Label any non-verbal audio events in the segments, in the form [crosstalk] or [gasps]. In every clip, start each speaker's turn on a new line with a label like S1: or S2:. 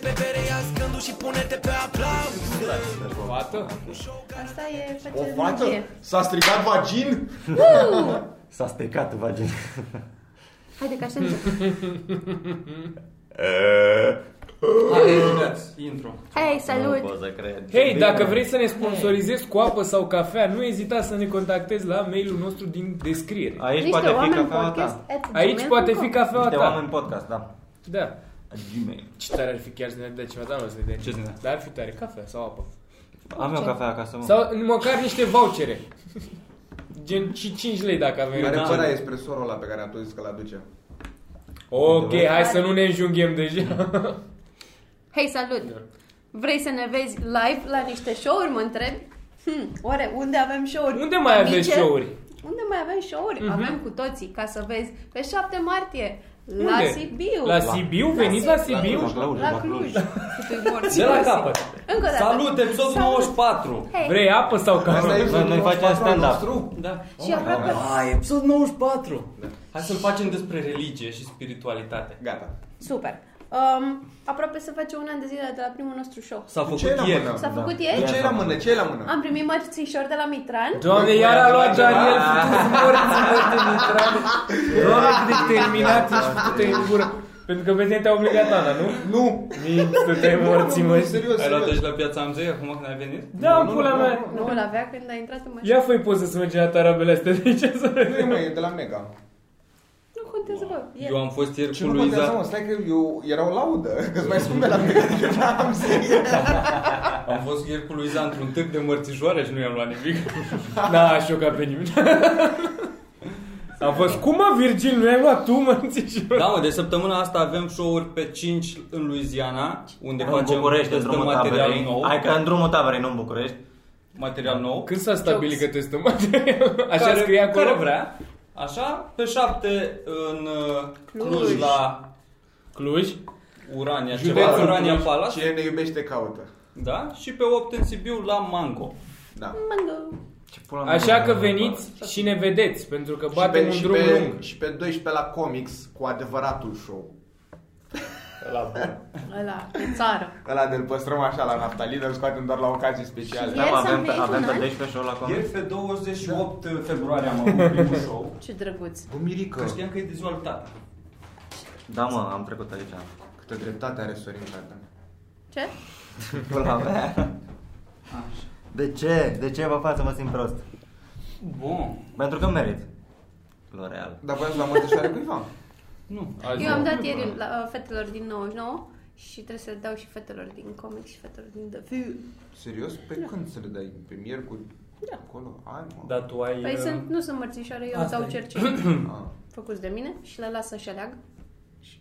S1: pe bere, ia scându și pune-te pe aplauz
S2: Fată?
S3: Asta e
S4: O
S3: faceți
S4: fată?
S3: magie.
S4: S-a stricat vagin?
S5: S-a stricat vagina.
S3: Haide că așa începem.
S2: Hai, judeați.
S6: Intro.
S3: Hai, hai,
S5: Nu
S3: salut!
S5: pot să cred.
S2: Hei, dacă vrei să ne sponsorizezi cu apă sau cafea, nu ezita să ne contactezi la mailul nostru din descriere.
S4: Aici
S3: Niște
S4: poate fi
S3: oameni
S4: cafeaua
S3: podcast
S4: ta.
S3: at
S2: Aici
S3: gmail.com.
S2: poate fi cafeaua
S4: Niște oameni
S2: ta.
S4: podcast, da.
S2: Da.
S4: Gmail.
S2: Ce tare ar fi chiar să ne dea ceva, dar nu o să ne dea.
S6: Ce să ne dea?
S2: Dar ar fi tare, cafea sau apă.
S4: Am eu cafea acasă, mă.
S2: Sau măcar niște vouchere. Gen și 5 lei dacă avem.
S7: Care
S2: Da.
S7: fără espresorul ăla pe care am tot zis că-l aduce?
S2: Ok, hai să nu ne înjunghem deja.
S3: Hei, salut! Vrei să ne vezi live la niște show-uri, mă întreb? Hm, oare unde avem show-uri?
S2: Unde mai aveți
S3: Mice?
S2: show-uri?
S3: Unde mai avem show-uri? Avem cu toții, ca să vezi, pe 7 martie, la
S2: Unde?
S3: Sibiu,
S2: La Sibiu? Veniți la Sibiu?
S4: La Cluj,
S3: la Cluj. Sunt morți.
S6: De la capăt.
S3: Încă o dată.
S6: Salut, episodul 94.
S3: Hei,
S2: Vrei apă sau
S7: Asta e
S2: cafea?
S7: episodul
S4: noi facem
S7: 94 al
S4: stand-up.
S7: nostru?
S6: Da.
S3: și aproape...
S6: Ah, episod 94. Da. Hai să-l facem despre religie și spiritualitate.
S7: Gata.
S3: Super. Um, aproape să face un an de zile de la primul nostru show.
S6: S-a făcut
S7: ce era,
S6: ieri.
S7: mă,
S2: Da.
S3: S-a făcut
S7: De
S3: ieri?
S7: ce e la mână? Ce e la mână?
S3: Am primit mărțișor de la Mitran.
S6: Da.
S2: Doamne, iar a luat Daniel, făcut morți, morți de Mitran. Doamne, cât de terminat ești făcută în gură. Pentru că pe tine te-a obligat Ana, nu?
S7: Nu!
S2: Minți, te morți,
S7: Nu,
S2: mă.
S7: Serios,
S6: Ai luat
S7: serios.
S6: deci la piața Amzei acum când ai venit?
S2: Da, în pula mea.
S3: Nu îl avea când a intrat în mașină.
S2: Ia fă-i poză să mergem la tarabele astea, de ce să
S7: Nu e, mă, e de la Mega.
S3: Nu contează, bă. E.
S6: Eu am fost ieri
S7: Ce
S6: cu
S7: nu contează, mă,
S6: Luiza.
S7: stai că eu era o laudă, [laughs] că-ți mai spun de la Mega decât la am zis.
S6: Am fost ieri cu Luiza într-un târg de mărțișoare și nu i-am luat
S4: [laughs]
S6: nimic.
S2: N-a Da, șocat pe nimeni. Am fost, cum mă, Virgil, nu ai luat tu, mă, și
S6: Da, mă, de săptămâna asta avem show-uri pe 5 în Louisiana, unde
S4: În
S6: facem
S4: București, în
S6: testăm
S4: drumul
S6: material
S4: taberei.
S6: nou.
S4: Hai că în drumul taberei, nu în București.
S6: Material nou.
S2: Când s-a stabilit că testăm materialul? Așa
S6: care,
S2: scrie acolo?
S6: Care vrea. Așa, pe 7 în uh,
S3: Cluj.
S6: Cluj la
S2: Cluj?
S6: Urania,
S2: Județul
S6: ceva, Urania
S2: Cluj.
S6: Palace.
S7: Cine ne iubește, caută.
S6: Da? Și pe 8 în Sibiu la Mango.
S7: Da.
S3: Mango.
S4: Ce pula mea,
S2: Așa că
S4: mă,
S2: veniți și ne vedeți, pentru că
S7: Și
S2: batem
S7: pe,
S2: un
S7: și,
S2: drum
S7: pe,
S2: lung.
S7: și pe 12 la Comics cu adevăratul show.
S3: Ăla, pe țară.
S7: Ăla de-l păstrăm așa la naftalină, îl scoatem doar la ocazie speciale.
S3: Și
S4: Da, mă,
S3: Ieri s-a
S4: avem, pe,
S3: împlinit
S4: avem
S3: un
S4: pe
S3: an.
S4: 12 show la comic.
S6: Ieri pe 28 februarie am avut [laughs] primul show.
S3: Ce drăguț.
S7: Bă, Mirica,
S6: Că știam că e de ziua lui tata.
S4: Da, mă, am trecut aici.
S7: câtă dreptate are Sorin Cardan.
S3: Ce?
S4: Pula mea. De ce? De ce vă față mă simt prost?
S6: Bun.
S4: Pentru că merit. L'Oreal.
S7: Dar voi ați la mărțișoare cuiva?
S6: Nu.
S2: Azi
S3: Eu am
S2: nu.
S3: dat ieri la, uh, fetelor din 99 și trebuie să dau și fetelor din comic și fetelor din The View.
S7: Serios? Pe când să le dai? Pe miercuri? Da. Acolo? Ai, mă.
S6: Dar tu ai...
S3: Păi
S6: uh,
S3: sunt, nu sunt mărțișoare, eu
S6: Asta
S3: dau
S6: e. [clears throat]
S3: cercei
S7: Ah.
S3: făcuți de mine și le las să-și aleagă. Și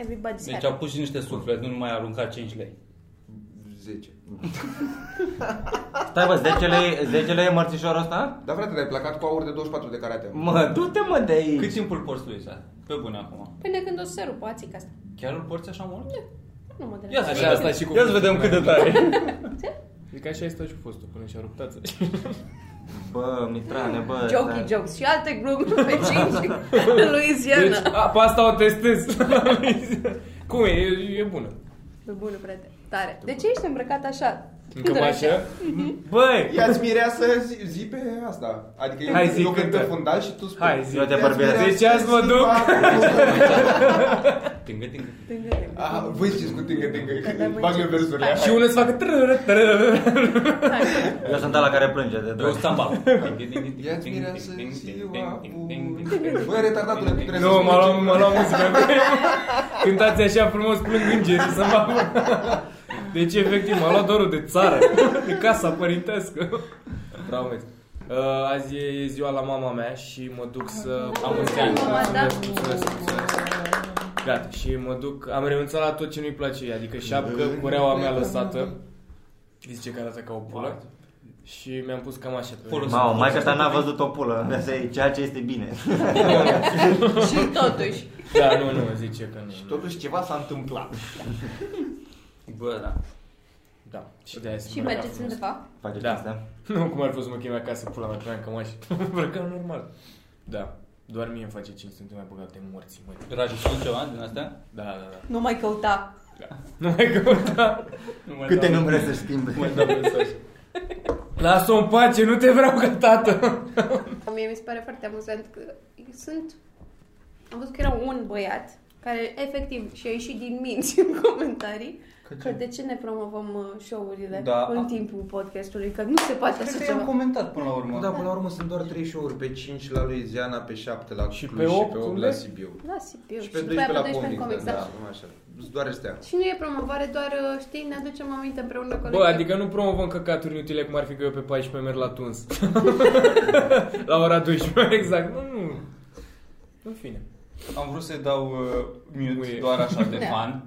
S3: Everybody's
S6: Deci
S3: happy.
S6: a pus și niște suflet, nu mai a aruncat 5 lei.
S7: 10.
S4: Stai, bă, 10 lei, 10 lei e mărțișorul ăsta?
S7: Dar frate, te-ai placat cu aur de 24 de carate.
S4: Mă, du-te, mă, de aici.
S6: Cât timp îl porți, Luisa? Pe bune acum.
S3: Până când o să se rupă ațica asta.
S6: Chiar îl porți așa mult?
S3: Nu mă deranjează.
S6: Ia să
S2: Așa
S6: vedem.
S2: asta și cu
S6: Ia să vedem cât de tare.
S2: Adică așa este și cu fostul, până și-a rupt ața.
S4: Bă, Mitrane, bă.
S3: Jokey
S4: stai.
S3: jokes și alte glume pe
S6: [laughs]
S3: 5 în
S2: Deci,
S3: Louisiana.
S2: a, pe asta o testez. Cum e? E, e bună.
S3: Pe bună, frate. Tare. De ce ești îmbrăcat așa?
S2: În cămașă?
S4: Băi!
S7: Ia-ți mireasă, zi, zi pe asta. Adică eu,
S2: Hai, zi,
S7: eu cânt
S2: cântă.
S7: pe fundal și tu spui.
S2: Hai, zi.
S4: Eu te
S7: Ia-ți
S4: vorbesc.
S7: mireasă,
S2: Deci azi mă
S7: zi,
S2: duc.
S7: pa.
S6: Tingă, tingă.
S7: Ah, Voi știți cu tingă, tingă.
S3: voi
S7: Bag eu
S3: știți.
S7: versurile.
S2: Și unul îți facă trără, trără.
S4: Eu sunt la care plânge de
S6: Eu
S4: drag.
S6: [laughs] stamba.
S7: Ia-ți mireasă, ziua bună. Băi, retardatule, tu trebuie
S2: Nu,
S7: să
S2: m-a luat,
S7: spui
S2: m-a luat muzica. [laughs] Cântați așa frumos, plâng îngerii să mă Deci, efectiv, m-a luat dorul de țară, de casa părintească. Traumez. Uh, azi e ziua la mama mea și mă duc să... Am mulți ani.
S3: Mama, da.
S2: Mulțumesc, mulțumesc. Gata, și mă duc, am renunțat la tot ce nu-i place, adică șapcă, cureaua mea lăsată, zice că arată ca o pulă, și mi-am pus cam așa pe
S6: Folos.
S4: Mau, mai că ta n-a văzut o pulă. De asta e ceea ce este bine.
S7: [laughs]
S3: Și totuși.
S2: Da, nu, nu, zice că nu.
S7: Totuși ceva s-a întâmplat.
S6: Bă, da.
S2: Da, și de aia sunt
S3: Și
S2: îmbrăcat
S3: mergeți
S2: frumos.
S3: undeva?
S4: Faceți
S2: Da.
S4: asta?
S2: Nu, cum ar fi să mă chem acasă, pula mea, pe cam [laughs] așa. Îmbrăcam normal. Da, doar mie îmi face cinci, sunt mai băgat de morții, măi.
S6: Rajul, știi ceva din astea?
S2: Da, [laughs] da, da.
S3: Nu mai căuta.
S2: Nu mai căuta.
S6: Nu mai
S4: Câte
S6: dau-
S4: numere să schimbe?
S6: Nu mai dau mesaj.
S2: Lasă-o în pace, nu te vreau ca tată.
S3: Mie mi se pare foarte amuzant că sunt... Am văzut că era un băiat care efectiv și-a ieșit din minți [laughs] în comentarii că, de ce ne promovăm uh, show-urile
S7: Da.
S3: în timpul podcastului, că nu se poate
S6: Cred
S3: așa
S6: că i-am
S3: ceva.
S6: comentat până la urmă.
S7: Da, până la urmă sunt doar 3 show-uri pe 5 la Louisiana, pe 7 la Cluj
S2: Și
S7: și
S2: pe
S7: pe
S2: opt
S7: 8 la
S2: unde?
S7: Sibiu.
S3: Da, Sibiu.
S7: Și pe
S3: după aia
S7: 12 la
S3: în
S7: Comic,
S3: comic,
S7: da, da, cam așa. Sunt doar astea.
S3: Și nu e promovare, doar, uh, știi, ne aducem aminte împreună colectiv.
S2: Bă, adică nu promovăm căcaturi inutile cum ar fi că eu pe 14 merg la tuns. [laughs] la ora 12, [laughs] exact. Nu, nu. În fine.
S6: Am vrut să-i dau uh, mute
S2: Uie.
S6: doar așa de
S3: Da.
S6: fan.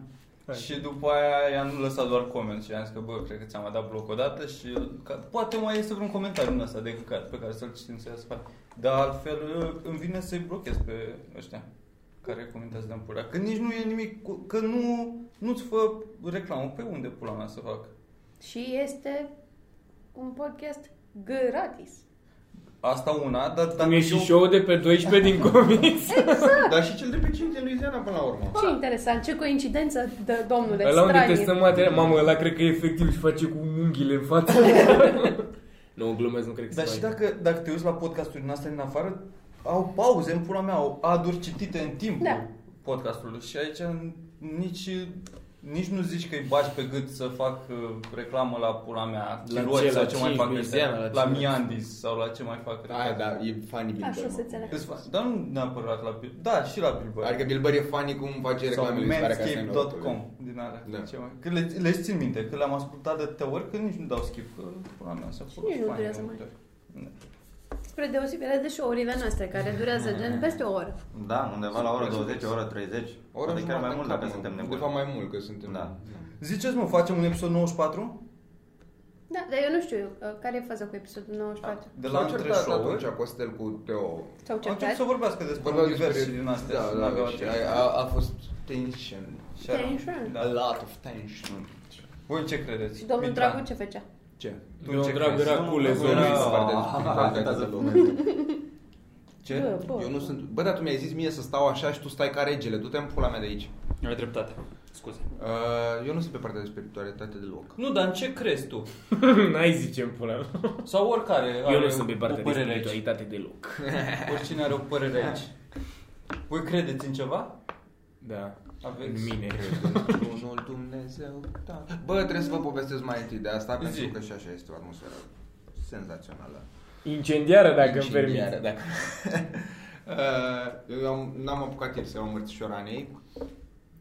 S2: Hai.
S6: Și după aia i-am lăsat doar coment și am zis că, bă, cred că ți-am mai dat bloc o dată și uh, ca, poate mai este vreun comentariu din asta de căcat pe care să-l citim să fac. Dar altfel uh, îmi vine să-i blochez pe ăștia care comentează de pula. Că nici nu e nimic, cu- că nu, nu-ți fă reclamă. Pe unde pula mea să fac?
S3: Și este un podcast gratis.
S6: Asta una, dar dacă
S2: Cum e și
S6: eu-
S2: show de pe 12 din comics.
S3: Da.
S7: Dar și cel de pe 5 de Louisiana până la urmă.
S3: Ce interesant, ce coincidență, dă, domnule,
S2: Ăla Ah. Păi unde
S3: stranie.
S2: testăm material. Mamă, ăla cred că efectiv își face cu unghiile în
S6: [laughs]
S2: față. nu, glumesc, nu cred că
S6: Dar
S2: se
S6: și
S2: face.
S6: dacă, dacă te uiți la podcasturi din astea din afară, au pauze în pula mea, au aduri citite în timpul
S3: Da.
S6: podcastului și aici nici, nici nu zici că îi bagi pe gât să fac uh, reclamă la pula mea,
S2: La
S6: Chiroci
S2: ce?
S6: sau
S2: La
S6: ce mai
S2: cinci,
S6: fac
S2: Louisiana,
S6: ăstea,
S2: la
S6: la
S2: cine?
S6: Miandis sau la ce mai fac.
S7: Aia, da, e funny Bill
S3: Așa
S7: Burr,
S3: se
S7: mă.
S3: ține.
S6: Îți fac- Dar nu neapărat la Bill, da, și la Bill Burr.
S7: Adică Bill Burr e funny cum face
S6: sau
S7: reclamele. mi se pare că asta e nouă,
S6: manscape.com din alea.
S7: Da.
S6: ce mai- Că le, le țin minte, că le-am ascultat de atâtea ori, că nici nu dau skip, că pula mea să
S3: nici nu durează mai.
S6: Da.
S3: Spre deosebire de show-urile noastre, care
S2: Ah.
S3: durează gen peste o oră.
S5: Da, undeva la ora 20, ora 30.
S7: O oră
S5: Poate
S6: Adică
S5: chiar
S7: jumătate
S5: mai
S7: în
S5: mult
S7: cap,
S5: dacă
S7: mă.
S5: suntem
S7: De fapt
S5: nebuni.
S7: mai mult că suntem.
S5: Da.
S6: Ziceți, mă, facem un episod 94?
S3: Da, dar eu nu știu uh, care e faza cu episodul 94.
S2: Ah.
S6: De
S7: S-au
S6: la între
S7: certat atunci
S6: show-uri.
S7: Costel cu Teo.
S3: Sau
S6: Au început
S3: cercat?
S6: să vorbească despre
S7: Vorbeau
S6: universe
S7: despre-
S6: din astea. și
S7: Da,
S6: n-aveau
S7: da, și
S6: aceeași-
S7: a, a, a fost tension.
S6: și era-
S3: Tension.
S7: A
S6: Da.
S7: lot of tension.
S6: Voi ce credeți?
S3: Și domnul
S6: Mitran,
S2: da.
S3: Dragu ce făcea?
S7: Ce?
S6: tu
S2: Domnul
S6: ce
S2: Dragu
S6: crezi?
S2: era
S6: Nu,
S2: cu
S6: nu,
S2: lezonul.
S6: nu,
S7: mi se
S6: nu.
S7: pare de-
S5: Afectează
S7: de-
S5: momentul.
S7: Ce?
S3: Bă, bă,
S7: Eu nu
S3: bă.
S7: sunt... Bă, dar tu mi-ai zis mie să stau așa și tu stai ca regele. Du-te în pula mea de aici.
S6: Ai dreptate. Scuze.
S7: Uh, eu nu sunt pe partea de spiritualitate
S6: [laughs]
S7: deloc.
S6: Nu, dar în ce crezi tu?
S2: [laughs] N-ai zice în pula mea.
S6: Sau oricare
S2: Eu
S6: are
S2: nu sunt pe
S6: o
S2: partea de
S6: părere
S2: spiritualitate deloc.
S6: aici. [laughs] Oricine are o
S2: [laughs]
S6: părere aici. Voi credeți în ceva?
S2: Da.
S6: Aveți?
S2: În mine.
S7: Unul Dumnezeu, da. Bă, trebuie să vă povestesc mai întâi de asta,
S6: Zi.
S7: pentru că și așa este o atmosferă senzațională.
S2: Incendiară, dacă îmi
S7: Incendiară,
S2: permiți.
S7: dacă- Uh, Eu am, n-am apucat ieri să iau mărțișoranei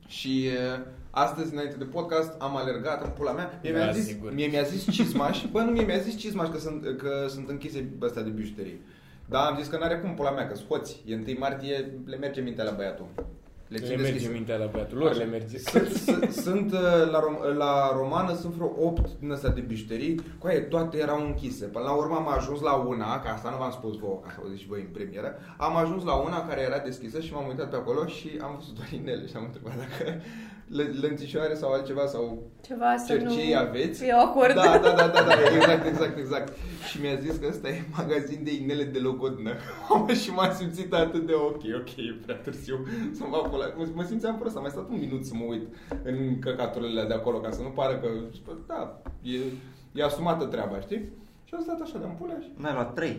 S7: și uh, astăzi, înainte de podcast, am alergat în pula mea. Mie
S2: Da,
S7: mi-a zis,
S2: sigur.
S7: mie mi-a zis cizmaș, [laughs] bă, nu, mie mi-a zis cizmaș că sunt, că sunt închise astea de bijuterii. Dar am zis că n-are cum pula mea, că scoți. E 1 martie, le merge mintea la băiatul. Le țin
S2: Le merge
S7: deschise.
S2: mintea la băiatul lor, le merge.
S7: Sunt, sunt- sunt uh, la, rom- la romană sunt vreo 8 din astea de bijuterii, cu aia toate erau închise. Până la urmă am ajuns la una, ca asta nu v-am spus vouă, ca să auziți și voi în premieră, am ajuns la una care era deschisă și m-am uitat pe acolo și am văzut doar inele și am întrebat dacă lă- lănțișoare sau altceva sau
S3: Ceva să nu...
S7: cercei aveți.
S3: Eu acord.
S7: Da, da, da, da, da, exact, exact, exact. Și mi-a zis că ăsta e magazin de inele de logodnă. [laughs] și m-am simțit atât de ok, ok, e prea târziu să mă apula. Mă, mă simțeam prost, am mai stat un minut să mă uit în căcaturile alea de acolo, ca să nu pară că, da, e, e asumată treaba, știi? Și am stat așa de-am pula și...
S5: N-ai luat 3.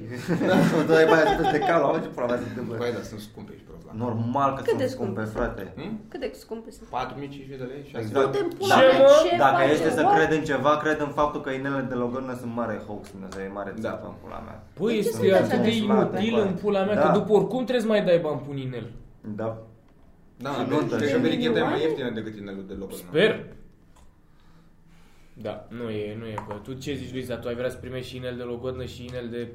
S5: Da, Tu ai mai peste cal, auzi ce pula mea se întâmplă.
S7: Băi, dar sunt scumpe și prost da. la...
S5: Normal că
S3: Cât de
S5: sunt
S3: scump?
S5: scumpe, frate.
S7: Hmm?
S3: [laughs] Cât de scumpe sunt?
S7: 4500 de lei, 6
S5: Exact.
S3: Putem pula
S2: Ce,
S3: mea,
S2: mă?
S3: ce
S5: Dacă
S3: face?
S5: este să
S3: What?
S5: cred în ceva, cred în faptul că inelele de logodnă sunt mare hoax, Dumnezeu, e mare
S7: Da.
S5: țapă în pula mea.
S2: Băi,
S3: De ce
S2: este
S3: sunt așa
S2: atât de
S3: de
S2: inutil
S5: slate?
S2: în pula mea, că
S5: Da.
S2: după oricum trebuie să mai dai bani pun inel.
S5: Da.
S7: Da,
S5: Și
S7: nu,
S5: nuntă.
S7: că verigheta e mai
S3: Milioane?
S7: ieftină decât inelul de logodnă.
S2: Sper. Da, nu e, nu e. Bă. Tu ce zici, Luisa? Tu ai vrea să primești și inel de logodnă și inel de...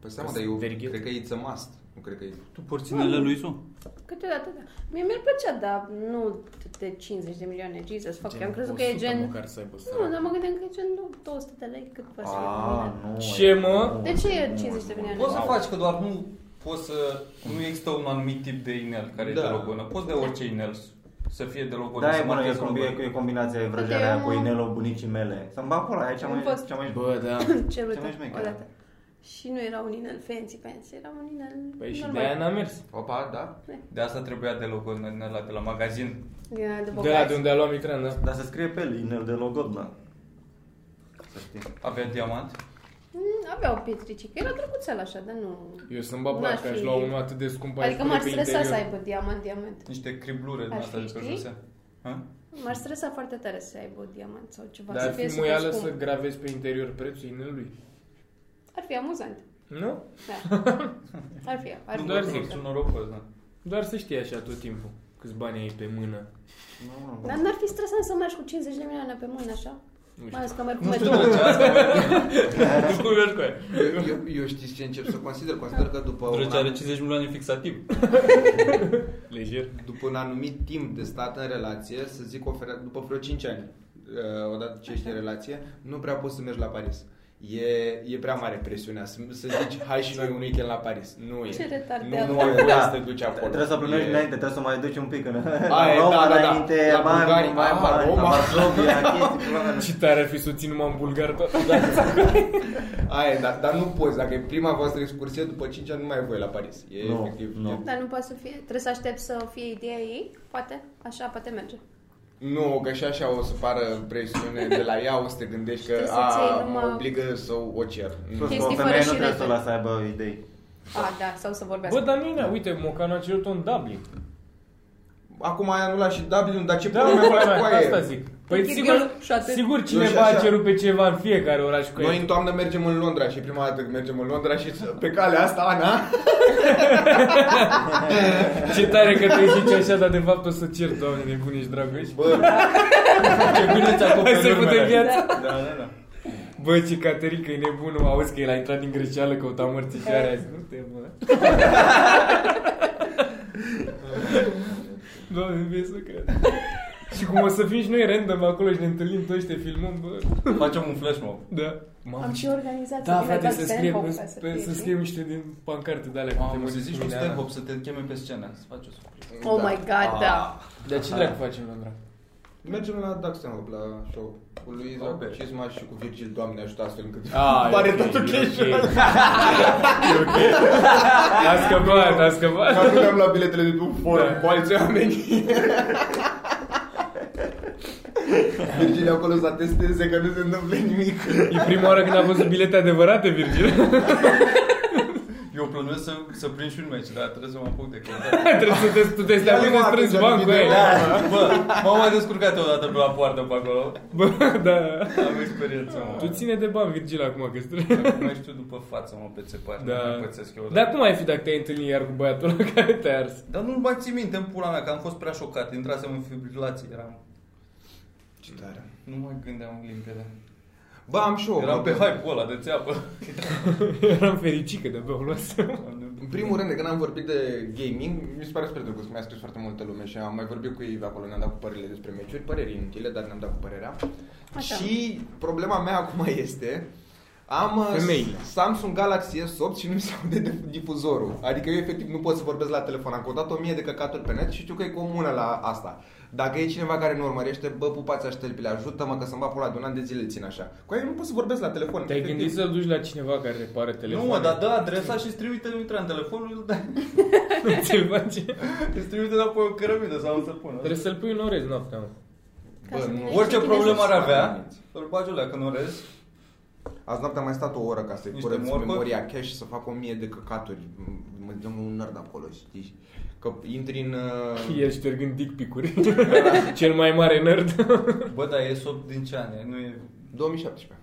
S7: Păi seama,
S2: Că
S7: dar eu
S2: verighet.
S7: cred că e a must. Nu cred că e...
S6: Tu porți inele lui Isu?
S3: Câteodată, da. Mie mi-ar plăcea, dar nu de 50 de milioane. Jesus, fuck, eu am crezut că e
S2: 100
S3: gen...
S2: Măcar să aibă
S3: Nu,
S2: sărac.
S3: dar mă gândeam că e gen 200 de lei cât poate să
S5: A,
S3: fie.
S5: Ah, nu.
S2: Ce, mă?
S5: nu,
S3: De ce e
S5: nu,
S3: 50 de
S5: nu.
S3: milioane?
S6: Poți
S3: [coughs]
S6: să
S5: Wow.
S6: faci, că doar nu poți să... Nu există un anumit tip de inel care
S7: Da.
S6: e de logonă. Poți de orice inel s- să fie de logonă.
S5: Da,
S6: să
S5: e bună, e,
S6: marcheze
S5: combi,
S6: logonă.
S5: e combinația e vrăjerea aia
S3: Eu-
S5: cu inelul bunicii mele. Să-mi bag pula, e cea mai,
S3: Nu pot.
S5: cea mai
S2: Bă, da.
S3: Cerută,
S5: Cea mai șmecheră.
S3: o dată. Și nu era un inel fancy, fancy, era un inel
S2: Păi și de
S3: normal.
S2: aia n-a mers.
S7: Opa, da?
S6: De asta trebuia de logonă din ăla de la magazin.
S3: Din alea de
S2: De la
S3: bogați.
S2: de unde a luat Mitran, da?
S5: Dar se scrie pe el, inel de da. logodna. Să știi.
S6: Avea diamant.
S3: Mm, Avea o pietricică. Era drăguțel așa, dar nu...
S2: Eu sunt baplat
S3: N-aș
S2: că aș
S3: fi-
S2: lua unul atât de scump aș
S3: Adică
S2: pune
S3: m-ar
S2: pe
S3: stresa să
S2: interior.
S3: aibă diamant, diamant.
S6: Niște criblure din
S3: Aș
S6: asta
S3: fi,
S6: de pe
S3: știi?
S6: josea. Ha?
S3: M-ar stresa foarte tare să aibă diamant sau ceva.
S2: Dar
S3: să
S2: ar
S3: fie
S2: fi
S3: super
S2: muială
S3: scump.
S2: să gravezi pe interior prețul inelului.
S3: Ar fi amuzant.
S2: Nu?
S3: Da. Ar fi. Ar
S6: Nu,
S3: fi.
S2: doar
S6: doar
S2: zic.
S6: zic. Sunt norocos, da.
S2: Doar să știi așa tot timpul câți bani ai pe
S3: [laughs]
S2: mână.
S5: Nu, nu.
S3: Dar n-ar fi stresant să mergi cu 50 de milioane pe mână, așa?
S2: Nu
S3: Mai
S2: știu.
S3: ales că merg cu
S6: Nu știu
S3: metrou.
S6: de ce asta, mă.
S2: Nu știu cum mergi cu aia.
S7: Eu, eu știți ce încep să consider? Consider că după un,
S6: Drăgea are
S7: an,
S6: 50 milioane fixativ.
S2: Lejer.
S7: după un anumit timp de stat în relație, să zic oferă, după vreo 5 ani, uh, odată ce ești în relație, nu prea poți să mergi la Paris. E, e prea mare presiunea să, să zici hai și noi un weekend la Paris. Nu e.
S3: Ce retardat.
S7: nu, nu ai voie să te duci acolo.
S5: Da. Trebuie să
S7: E-
S5: primești înainte, trebuie să mai duci un pic în
S7: da,
S5: Roma
S7: da, da.
S5: înainte,
S7: La
S5: mai,
S7: Bulgarii,
S5: mai,
S7: ah,
S5: mai,
S7: Roma.
S5: la Varsovia, chestii, pula mea.
S2: Ce tare ar fi să o ții numai în bulgar tot.
S7: Aia, e, dar, dar nu poți. Dacă e prima voastră excursie, după 5 ani nu mai ai voie la Paris. E
S5: Nu,
S7: efectiv.
S5: nu.
S7: e-
S3: Dar nu poate să fie. Trebuie să aștept să fie ideea ei? Poate? Așa, poate merge.
S7: Nu, că și așa o să pară presiune de la ea, o să te gândești că
S3: Știi, să-ți
S7: a,
S3: iei
S7: mă
S3: numai-
S7: obligă să o cer.
S5: Plus că o
S3: Chestii fără
S5: femeie nu
S3: șirete.
S5: trebuie să o lasă să aibă idei.
S3: A, da, sau să vorbească.
S2: Bă, dar nu e nea. Uite, Mocan a cerut în Dublin.
S7: Acum ai anulat și Dublin, dar ce
S2: Da,
S7: probleme
S2: mă,
S7: faci cu
S2: asta
S7: aia?
S2: zic. Păi
S3: Chirghel
S2: sigur,
S3: și atât.
S2: sigur
S7: Eu și
S2: cineva
S7: așa.
S2: a cerut pe ceva în fiecare oraș cu
S7: Noi în
S2: el.
S7: toamnă mergem în Londra și e prima dată când mergem în Londra și pe calea asta, Ana,
S2: Ce tare că te zici așa, dar de fapt o să cer, doamne, nebuni, ești dragoși.
S7: bă,
S6: Ce bine ți-a
S2: Hai să-i putem viața.
S6: Da, da, da.
S2: Bă, ce Caterica e nebună, mă auzi că el a intrat din greșeală, căuta mărțișoarea, a zis, nu te
S6: [laughs]
S2: mă. Doamne, nu vei să cred. și cum o să fim și noi random acolo și ne întâlnim toți și te filmăm, bă,
S6: [laughs] Facem un flash mob.
S2: da.
S3: Am și organizat
S2: Da,
S3: să vină
S2: frate,
S3: toți
S2: să scriem,
S3: Stanhope
S2: să,
S3: ca fie,
S2: să
S3: știi?
S2: scriem niște din pancarte de alea. câte
S6: Mamă,
S2: mă
S6: să zici un
S2: mâine,
S6: stand
S2: Ana.
S6: up să te cheme pe scenă, să faci o surpriză.
S3: Oh my god, da.
S2: Dar ce dracu facem, Londra?
S7: Mergem la Duck Stand-up, la show cu lui Iza,
S6: Ok.
S7: cu Cizma și cu Virgil, Doamne ajută astfel încât [laughs]
S6: [laughs]
S2: Ah,
S7: pare totul casual.
S2: A scăpat, a scăpat.
S7: Că nu am luat biletele de pe un
S2: Da.
S7: forum cu alți
S2: [laughs]
S7: oameni. Virgil acolo să testeze că nu se întâmplă nimic.
S2: E prima oară când a văzut bilete adevărate, Virgil.
S6: Eu plănuiesc să, să prind și un meci, dar trebuie să mă apuc de căutat.
S2: [laughs] Trebuie să te, tu te stai
S7: Ia-l,
S2: până
S7: mă,
S2: strâns eh?
S7: atunci,
S2: bani cu
S7: video.
S2: ei.
S6: da. Bă, m-am mai descurcat odată pe la poartă pe acolo.
S2: Bă, da.
S6: Am experiență, mă.
S2: Tu ține de bani, Virgil, acum că stă-
S6: Acum mai știu după față, mă, pe ce parte.
S2: Da.
S6: Da. Pățesc eu.
S2: Dar cum ai fi dacă te-ai întâlnit iar cu băiatul ăla care te-a ars?
S6: Dar nu-l mai țin minte în pula mea, că am fost prea șocat. Intrasem în fibrilație, eram...
S7: Ce tare.
S6: Nu mai gândeam în limpede.
S7: Bă, am și eu.
S6: Eram
S7: mă,
S6: pe hype-ul ăla de țeapă.
S2: Eram fericit că de-abia o luasem.
S7: În primul rând, de când am vorbit de gaming, mi se pare super drăguț, mi-a scris foarte multă lume și am mai vorbit cu ei acolo, ne-am dat cu părerile despre meciuri, păreri inutile, dar ne-am dat cu părerea.
S3: Așa.
S7: Și problema mea acum este, am uh,
S2: Femeile.
S7: Samsung Galaxy S8 și nu mi se aude de- difuzorul. Adică eu efectiv nu pot să vorbesc la telefon. Am căutat o mie de căcaturi pe net și știu că e comună la asta. Dacă e cineva care nu urmărește, bă, pupați aștelpile, ajută-mă că să-mi va pula de un an de zile îl țin așa. Cu aia eu nu pot să vorbesc la telefon.
S2: Te-ai
S7: efectiv.
S2: gândit să-l duci la cineva care repară
S6: Nu,
S2: telefonul?
S6: mă,
S2: [laughs]
S6: dar da adresa și îți trimite nu intra în telefonul, [laughs] da.
S2: Ți-l face?
S6: îți trimite înapoi o cărămidă sau un săpun.
S2: Trebuie să-l pui în orez noaptea, mă.
S3: Ca să
S7: nu.
S3: vină și
S6: Orice
S3: chinezul.
S6: problemă ar avea, îl bagi alea când orezi.
S7: Azi noapte am mai stat o oră ca să-i
S6: Niște
S7: curăț
S6: morcovi?
S7: memoria cache și să fac o mie de căcaturi. M- Mă dăm un nerd acolo, știi? Că intri în... uh,
S2: El ștergând dick picuri. Cel mai mare nerd.
S6: Bă, dar e sub din ce an e? Nu e...
S7: 2017.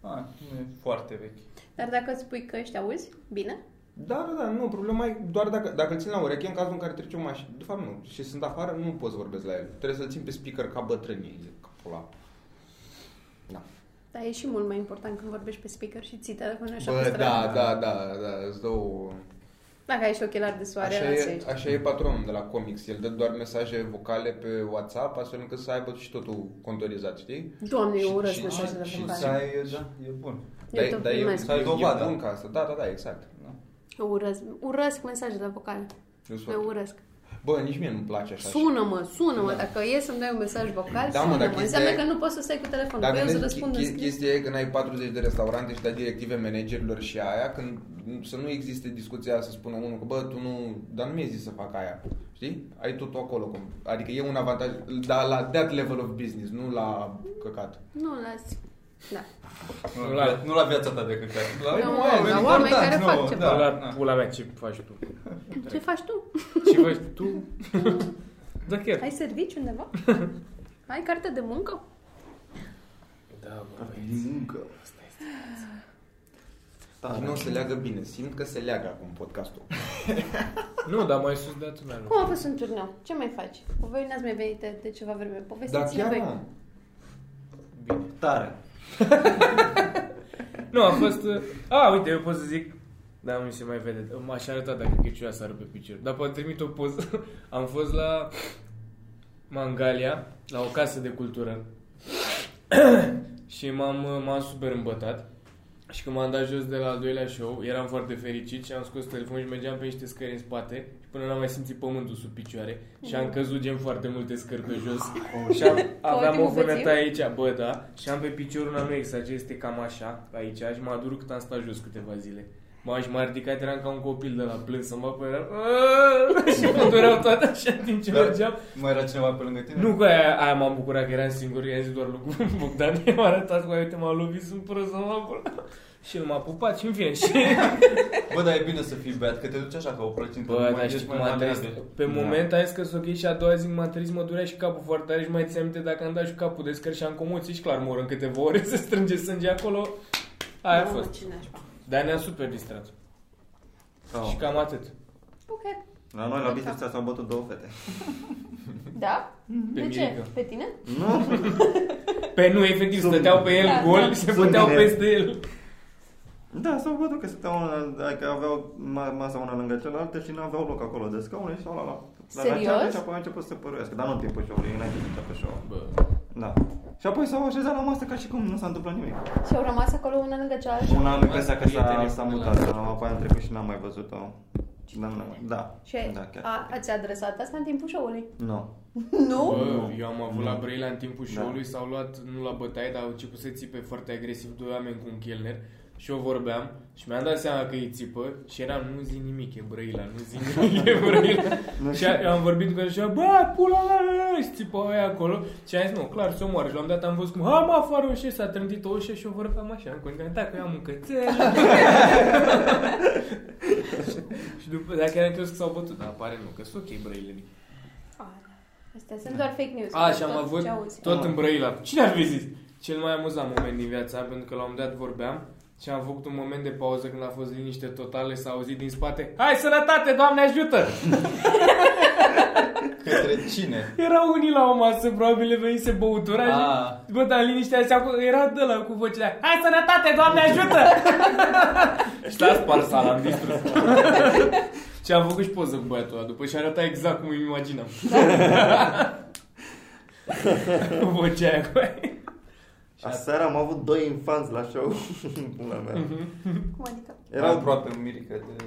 S6: A, nu e foarte vechi.
S3: Dar dacă îți pui căști, auzi? Bine?
S7: Da, da, da, nu, problema e doar dacă, dacă îl țin la ureche în cazul în care trece o mașină. De fapt nu, și sunt afară, nu pot să vorbesc la el. Trebuie să-l țin pe speaker ca bătrânii, zic, ca pula. Da.
S3: Dar e și mult mai important când vorbești pe speaker și ții telefonul așa pe
S7: Bă,
S3: stradă.
S7: da, da, da, da, îți dau...
S3: Dacă ai și ochelari de soare,
S7: Așa
S3: lasă
S7: e,
S3: ești.
S7: așa e patronul de la comics, el dă doar mesaje vocale pe WhatsApp, astfel încât să aibă și totul contorizat, știi?
S3: Doamne, eu urăsc
S7: Și-
S3: mesajele de
S7: și-
S6: Să
S3: fotbale.
S6: ai, da, e bun.
S3: Eu tot primesc.
S6: să ai dovadă.
S7: bun ca asta. Da, da, da, exact.
S3: Eu urăsc, urăsc mesajele de vocale.
S7: Eu
S3: Eu
S7: sunt-
S3: urăsc.
S7: Bă, nici mie nu-mi place așa.
S3: Sună-mă, sună-mă, dacă e să-mi dai un mesaj vocal,
S7: Da, mă,
S3: sună-mă.
S7: dar chestia
S3: Înseamnă
S7: e-
S3: că nu poți să stai cu telefonul,
S7: Dar
S3: că eu să
S7: gândesc
S3: răspund în
S7: che-
S3: scris.
S7: chestia e când ai 40 de restaurante și dai directive managerilor și aia, când să nu existe discuția aia să spună unul că bă, tu nu, dar nu mi-ai zis să fac aia. Știi? Ai totul acolo. Cum. Adică e un avantaj, dar la that level of business, nu la căcat.
S3: Nu, las. Da.
S6: Nu la, nu la viața ta de căcat. La,
S3: Nu, la oameni care
S6: nu,
S3: fac ceva.
S6: Da,
S2: la
S6: da.
S2: pula mea, ce faci tu?
S3: Ce faci
S7: [laughs]
S3: tu?
S2: Ce faci tu? Da, chiar.
S3: Ai serviciu undeva? Ai carte de muncă?
S2: Da, bă, băi.
S5: Muncă.
S7: Da, nu se leagă bine. Simt că se leagă acum podcastul.
S2: Nu, dar mai sus de atâta.
S3: Cum a fost un turneu? Ce mai faci? Cu voi n-ați mai venit de, de ceva vreme.
S7: Dar
S3: Povestiți-ne
S7: Da, chiar,
S3: voi.
S7: mă,
S5: Tare.
S2: Nu, a fost... uh, A, uite, eu pot să zic... Da, nu se mai vede. M-aș arăta dacă checiua sară pe picior. Dar poate trimit o poză. [laughs] Am fost la Mangalia, la o casă de cultură. [clears throat] și m-am, uh, m-am super îmbătat. Și când m-am dat jos de la al doilea show, eram foarte fericit și am scos telefonul și mergeam pe niște scări în spate și până n-am mai simțit pământul sub picioare și am căzut gen foarte multe scări pe jos și am, aveam o
S3: ultimul
S2: vânătă
S3: bețiv?
S2: aici, bă, da, și am pe piciorul una, nu exagerez, este cam așa, aici, și m-a durut cât am stat jos câteva zile. M-a și m-a ridicat, eram ca un copil de la plâns, să mă apă, eram... [laughs] și mă dureau toate așa timp ce
S6: Da.
S2: mergeam.
S6: Mai era cineva pe lângă tine?
S2: Nu că aia, aia m-am bucurat că eram singur, i-a zis doar lui Bogdan, [laughs] i-am arătat cu aia, uite, m-a lovit, sunt prost, să mă apă. [laughs] Și el m-a pupat și în fine, [laughs] și
S6: Bă, dar e bine să fii beat, că te duci așa ca o plăcintă.
S2: Bă,
S6: mai
S2: dar
S6: ești
S2: știi cum
S6: mai Da.
S2: m-a trezit?
S6: maleabil.
S5: Da.
S2: Pe moment ai zis că sunt ok și a doua zi m-a trezit, mă durea și capul foarte tare și mai ți aminte dacă am dat și capul de scări și am comoții și clar mor în câteva ore se strânge sânge acolo. Aia a
S3: Mamă,
S2: fost.
S3: ce nașpa.
S2: Dar ne-a super distrat.
S5: Oh.
S2: Și cam atât.
S3: Ok.
S5: La noi, la Bistrița, s-au bătut două fete.
S3: Da?
S7: Mm-hmm.
S3: de
S2: Pe Mirica.
S3: ce? Pe tine?
S7: [laughs]
S5: Nu?
S2: Pe nu, efectiv,
S5: Sunt-
S2: stăteau pe el
S3: Da,
S2: gol
S3: da.
S2: și se
S5: Sunt
S2: puteau
S5: bine.
S2: peste el.
S5: Da, s-au bătut că stăteau una, adică aveau ma- masa una lângă cealaltă și nu aveau loc acolo de scaune și s-au luat la la
S3: Serios?
S5: cealaltă și apoi au început să se păruiască, dar nu în timpul show-ului, înainte de pe show
S2: Bă.
S5: Da. Și apoi s-au așezat la masă ca și cum nu s-a întâmplat nimic.
S3: Și au rămas acolo una lângă cealaltă?
S7: Da,
S5: Un an
S2: Mai
S5: mi că s-a,
S2: prietenii
S5: s-a
S2: până
S5: mutat,
S2: la-
S5: dar apoi am trecut și n-am mai văzut-o. Da, nu, da.
S3: Și
S5: da, chiar.
S3: a, ați adresat asta în timpul show-ului?
S5: Nu.
S3: Nu?
S2: Bă,
S5: Nu.
S2: eu am avut la
S5: Nu.
S2: Brăila în timpul
S5: Da.
S2: show-ului, s-au luat, nu la bătaie, dar au început să țipe foarte agresiv doi oameni cu un chelner și eu vorbeam și mi-am dat seama că îi țipă și eram, nu zi nimic, e Brăila, nu zi nimic, e Brăila. și a- eu am vorbit cu el și a, bă, pula mea, și țipă aia acolo și am zis, nu, clar, se omoară și la un moment dat am văzut cum, ha, mă, afară ușe, s-a trândit o ușă și eu vorbeam așa, în continuare, da, că eu am un
S5: [laughs]
S2: cățel. și după, dacă chiar am crezut că s-au bătut, dar apare nu, că sunt ok Brăilele.
S3: A, Astea sunt doar fake news.
S2: A, și
S3: Tot
S2: am avut
S3: ce auzi.
S2: tot în Brăila. Cine ar fi zis? Cel mai amuzant moment din viața, pentru că la un moment dat vorbeam și am făcut un moment de pauză când a fost liniște totală, s-a auzit din spate Hai sănătate, Doamne ajută!
S6: Către cine?
S2: Erau unii la o masă, probabil venise băutura
S6: Ah.
S2: și... Bă, dar liniștea asta cu- era de la cu vocea aia, Hai sănătate, Doamne ajută! [laughs] și l-a spart sala, am distrus. și am făcut și poză cu băiatul ăla după și arăta exact cum îmi [laughs] imaginam. cu vocea aia cu aia.
S5: Aseară am avut doi infanți la show. [laughs] Pula mea.
S6: Mhm.
S3: Cum adică?
S6: Era
S5: Erau...
S6: aproape în mirică de...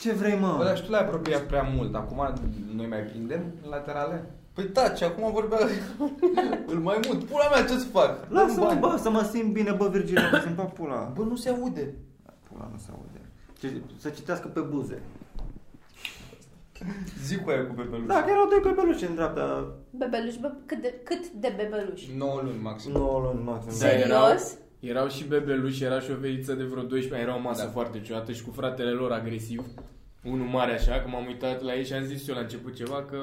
S5: Ce vrei,
S7: Bă, dar
S5: mă?
S7: și tu l-ai apropiat prea mult. Acum noi mai prindem laterale? da,
S6: Păi taci, acum vorbea...
S7: [laughs]
S6: Îl mai mut. Pula mea, ce-ți fac?
S5: Lasă-mă,
S6: Bani.
S5: bă, să mă simt bine, bă, Virgil, [coughs] să simt fac pula.
S6: Bă, nu se aude.
S5: Pula nu se aude. Ce, să citească pe buze.
S6: Zic cu aia cu pepeluș.
S5: Da, că erau doi bebeluși în dreapta.
S3: Bebeluș, bă, cât de, cât de bebeluși?
S7: 9 luni maxim.
S5: 9 luni maxim.
S2: Da, erau-
S3: Serios?
S2: Erau și bebeluși, era și o fetiță de vreo 12 ani, era o masă da. foarte ciudată și cu fratele lor agresiv, unul mare așa, că m-am uitat la ei și am zis eu la început ceva că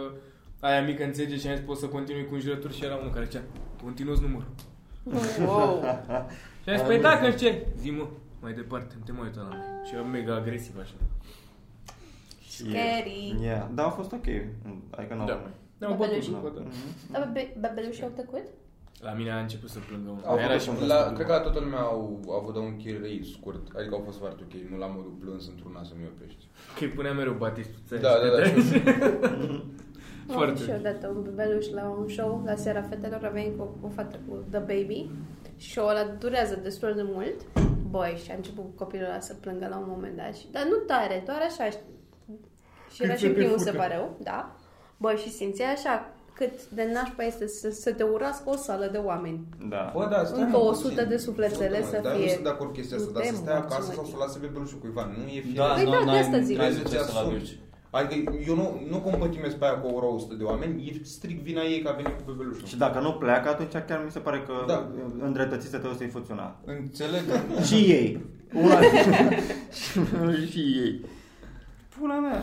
S2: aia mică înțelege și am zis pot să continui cu înjurături și era unul care zicea, continuă numărul.
S3: Wow.
S2: [laughs] Și am zis, păi dacă ce? Zi mă, mai departe, nu te mai uita la mine. Și era mega agresiv așa.
S3: Scary.
S5: Yeah. Da, a fost ok. Adică n-au...
S2: Da. Ne-au
S3: Bebeluși.
S2: bătut. bă, da.
S5: Mhm.
S3: Dar bebe- bebelușii au tăcut?
S2: La mine a început să plângă unul.
S7: Au
S2: Era
S7: făcut
S2: și
S7: un- la, cred că la toată lumea au, au avut un chirei scurt, adică au fost foarte ok, nu la modul plâns într-una să mi oprești.
S2: că îi punea mereu batistuțe.
S7: Da, da, da.
S3: [laughs] Am avut
S2: Foarte.
S3: și eu odată un bebeluș la un show, la seara fetelor, a venit cu o fată cu The Baby și show ăla durează destul de mult. Băi, și a început copilul ăla să plângă la un moment dat, și, dar nu tare, doar așa. Și, și era
S2: Când
S3: și
S2: se
S3: primul
S2: defucă.
S3: separeu, da. Bă, și simțeai așa cât de nașpa este să, să te urască o sală de oameni.
S5: Da.
S7: Bă, da, stai
S3: Încă
S7: mă,
S3: 100
S7: puțin.
S3: de sufletele
S7: Bă,
S3: să
S7: dar
S3: fie.
S7: Nu sunt de acord cu chestia asta, dar să
S3: Putem,
S7: stai acasă
S3: mulțumim.
S7: sau să lase pe bebelușul cuiva. Nu e fie.
S6: Da,
S3: Păi
S6: nu,
S3: da, de
S6: n-ai-
S3: asta zic.
S6: n-ai
S7: Trebuie
S6: de
S7: să
S6: ce să-l
S7: asumi.
S6: aduci.
S7: Adică eu nu, nu compătimesc pe aia cu o oră 100 de oameni, e strict vina ei că a venit cu bebelușul.
S5: Și dacă nu pleacă, atunci chiar mi se pare că
S7: Da.
S5: da. îndreptățiți trebuie să-i funcționa.
S6: Înțeleg că
S5: Și ei.
S7: [laughs]
S5: Una și ei. Pula mea.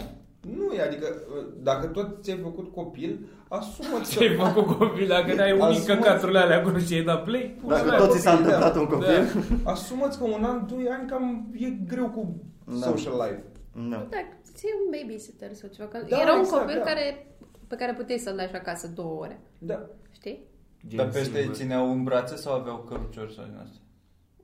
S7: Nu e, adică dacă tot ți-ai făcut copil,
S2: [laughs]
S7: asumă-ți
S2: Ce-ai făcut copil? Dacă dai unii
S7: Ascult.
S2: căcaturile alea acolo și ai dat play? pula
S5: Dacă
S2: mea,
S5: tot ți s-a
S7: copil, da.
S5: întâmplat un copil.
S7: Da. Asumă-ți că un an, doi ani cam e greu cu
S5: Da.
S7: social life.
S5: Da.
S3: Da, ție un babysitter sau ceva. Că
S7: Da,
S3: era un
S7: exact,
S3: copil
S7: da.
S3: care, pe care puteai să-l lași acasă două ore.
S7: Da.
S3: Știi?
S6: Dar pe ăștia îi țineau în brațe sau aveau căruciori sau din asta?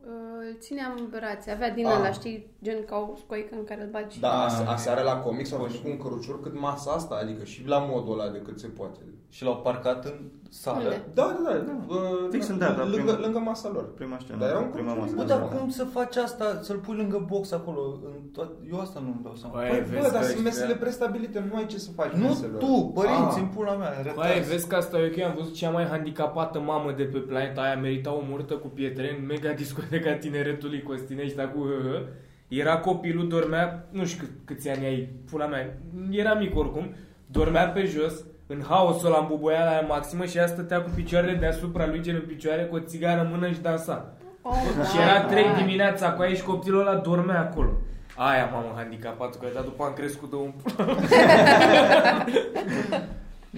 S3: Uh, Îl țineam în brațe. Avea din
S7: Ah.
S3: ăla, știi, gen ca o scoică în care îl bagi.
S7: Da,
S6: Ah.
S7: ase- aseară la comic s-au venit cu un cărucior cât masa asta, adică și la modul ăla de cât se poate.
S6: Și l-au parcat în sală.
S3: Unde?
S7: Da, da, da. da.
S5: Fix
S7: da,
S5: în dreapta,
S7: lângă,
S5: prim-
S7: lângă masa lor.
S5: Prima scenă.
S7: Dar era un
S5: prima
S7: copil.
S5: masă.
S6: Bă, da.
S7: Bă,
S6: dar cum să faci asta? Să-l pui lângă box acolo? În toat... Eu asta nu-mi dau seama.
S2: Păi,
S7: Păi,
S2: vezi
S7: bă, dar
S2: că
S7: sunt
S2: ești
S7: mesele
S2: rea.
S7: prestabilite, nu ai ce să faci
S6: Nu
S7: meselor.
S6: tu, părinți,
S7: Ah.
S6: în pula mea,
S2: Băi,
S6: retras.
S2: vezi că asta e ok, am văzut cea mai handicapată mamă de pe planeta aia, merita o murtă cu pietre în mega discoteca tineretului Costinești acum. hă, hă. Era copilul, dormea, nu știu cât, câți ani ai, pula mea, era mic oricum, dormea pe jos, în haosul ăla, în buboiala aia maximă și ea stătea cu picioarele deasupra lui, gen în picioare, cu o țigară în mână și dansa.
S3: Oh,
S2: Și era 3 dimineața cu aia și copilul ăla dormea acolo. Aia m-am handicapat cu aia, dar după am crescut de un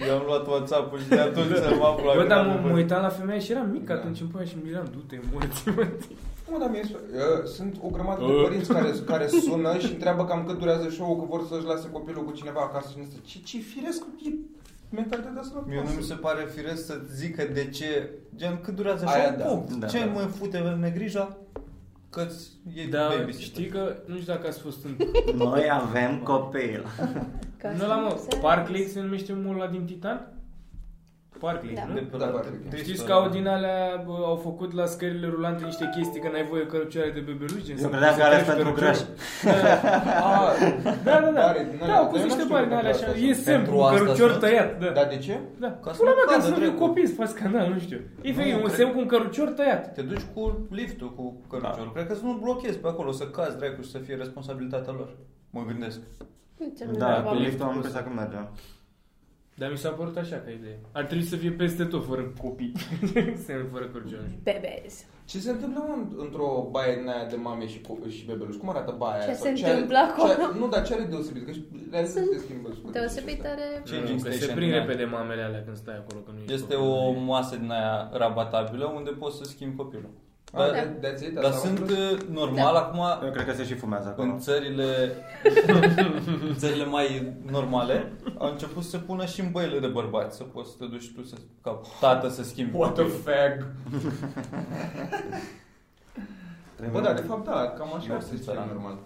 S6: Eu am luat WhatsApp-ul și de atunci să mă apă la
S2: Bă, dar
S6: gura,
S2: da, mă,
S6: bă.
S2: mă uitam la femeia și eram mic
S7: Da.
S2: atunci în până și mi eram du-te morți, [laughs] mă.
S7: Mă, dar mie, uh, sunt o grămadă de părinți care, care sună și întreabă cam cât durează show-ul, că vor să-și lase copilul cu cineva acasă și nu știu. ce, ce firesc, e mentalitatea asta.
S6: Mie nu mi se pare firesc să zică de ce, gen cât durează
S7: Aia
S6: așa,
S7: da.
S6: punct.
S5: Da,
S6: ce
S5: da.
S6: mă fute negrija? Că-ți iei
S2: Da,
S6: babysitter.
S2: știi că, nu știu dacă ați fost în...
S4: Noi avem copil.
S2: Nu la mă, Parkley se numește omul ăla din Titan? Parkley,
S3: Da.
S2: nu?
S6: De da. pe
S7: Da,
S6: la
S7: parcă.
S6: Tristan.
S2: Știți că au din alea, bă, au făcut la scările rulante niște chestii că n-ai voie cărucioare de bebeluși? gen
S4: Eu
S2: să
S4: credeam
S2: să
S4: că alea
S2: treci
S4: sunt pentru
S2: cărucioare.
S7: Ah,
S2: Da, da, da.
S7: Are din alea,
S2: Da, au
S7: dar
S2: pus
S7: eu nu
S2: niște
S7: știu
S2: bani din
S7: pentru
S2: alea
S7: asta
S2: așa. E
S7: sunt.
S2: simplu,
S6: Pentru
S2: un
S6: asta
S2: cărucior
S6: sunt?
S2: tăiat. Da.
S7: Dar de ce?
S2: Da.
S6: Ca să
S2: Pula
S6: nu
S2: mea, ca
S6: cadă
S2: să nu
S6: dreptul.
S2: copii, să faci scandal, nu știu. Efectiv,
S6: Nu,
S2: un
S6: cred-
S2: semn cu un cărucior tăiat.
S6: Te duci cu liftul, cu căruciorul.
S2: Da.
S6: Cred că să nu blochezi pe acolo, să cazi dracu și să fie responsabilitatea lor. Mă gândesc.
S5: Da, cu
S3: cu
S5: liftul am impresia că merge.
S2: Dar mi s-a părut așa ca idee. Ar trebui să fie peste tot, fără copii. [laughs] Semn fără cărucioare.
S3: Bebezi.
S7: Ce se întâmplă mă, în- într-o baie din aia de mame și, co- și bebeluși? Cum arată baia aia?
S3: Ce
S7: Sau
S3: se
S7: are-
S3: întâmplă acolo?
S7: Ce are, nu, dar ce are deosebit? Că și realizezi
S3: Sunt
S7: că se schimbă scutecul
S3: Deosebit
S7: și ăsta.
S3: tare.
S6: Changing
S2: Nu, că se
S6: station,
S2: prind
S6: da.
S2: repede mamele alea când stai acolo, că nu ești
S6: Este
S2: acolo.
S6: o masă din aia rabatabilă unde poți să schimbi copilul.
S2: Da,
S7: Ah,
S6: Dar,
S7: that- that's it,
S6: dar
S7: asta am
S6: sunt
S7: vrut.
S6: uh, normal
S3: Da.
S6: acum
S5: Eu cred că se și fumează
S2: Da.
S5: acolo.
S6: în țările,
S2: [laughs]
S6: în țările mai normale au început să se pună și în băile de bărbați, să poți să te duci tu să, ca tată să schimbi
S7: What a
S6: copilul.
S7: fag!
S5: Trebuie
S7: Bă, da, de fapt, da, cam așa
S6: Mersi,
S7: se zice
S6: țăranul.
S7: normal.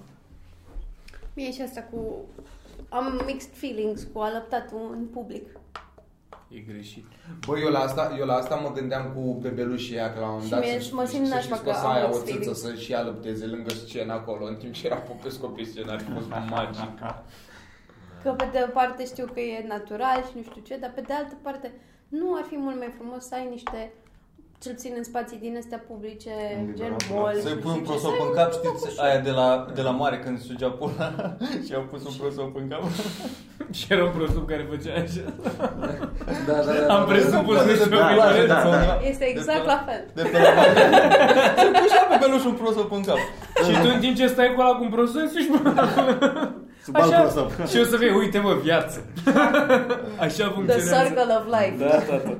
S3: Mie e și asta cu... Am mixed feelings cu alăptatul în public.
S2: E greșit.
S7: Bă, eu la asta, eu la asta mă gândeam cu bebelușii aia că la un moment
S3: Și
S7: dat
S3: mie-
S7: să-
S3: mă simt
S7: să-
S3: nașpa
S7: să-
S3: că
S7: să
S3: am
S7: aia o
S3: experiență.
S7: țâță să și alăpteze lângă scenă acolo, în timp ce era popescu pe scenă, ar fi fost magic.
S3: Că pe de o parte știu că e natural și nu știu ce, dar pe de altă parte nu ar fi mult mai frumos să ai niște cel puțin în spații din astea publice, gen
S5: Liberal,
S3: mall.
S6: Să-i
S3: și
S6: pui un
S3: știu ce,
S6: prosop
S3: să ai
S6: în
S3: un
S6: cap,
S3: prosop
S6: știți,
S3: ușor.
S6: aia de la, de la mare când sugea pula [laughs] și a pus un prosop în cap.
S2: [laughs] Și era un prosop care făcea așa.
S4: Da, da, da.
S2: Am presupus că și
S4: da,
S6: [laughs]
S2: eu
S4: da, da.
S3: Este exact
S6: pe-
S3: la fel.
S6: De pe la mare. [laughs] Se pușea pe belușul un prosop în cap.
S2: Și tu în timp ce stai cu ăla cu un prosop, și
S5: Sub alt
S2: așa.
S5: prosop.
S2: [laughs] Și o să vei, uite mă, viață. [laughs] Așa
S3: The
S2: funcționează.
S3: circle of life.
S5: Da, da,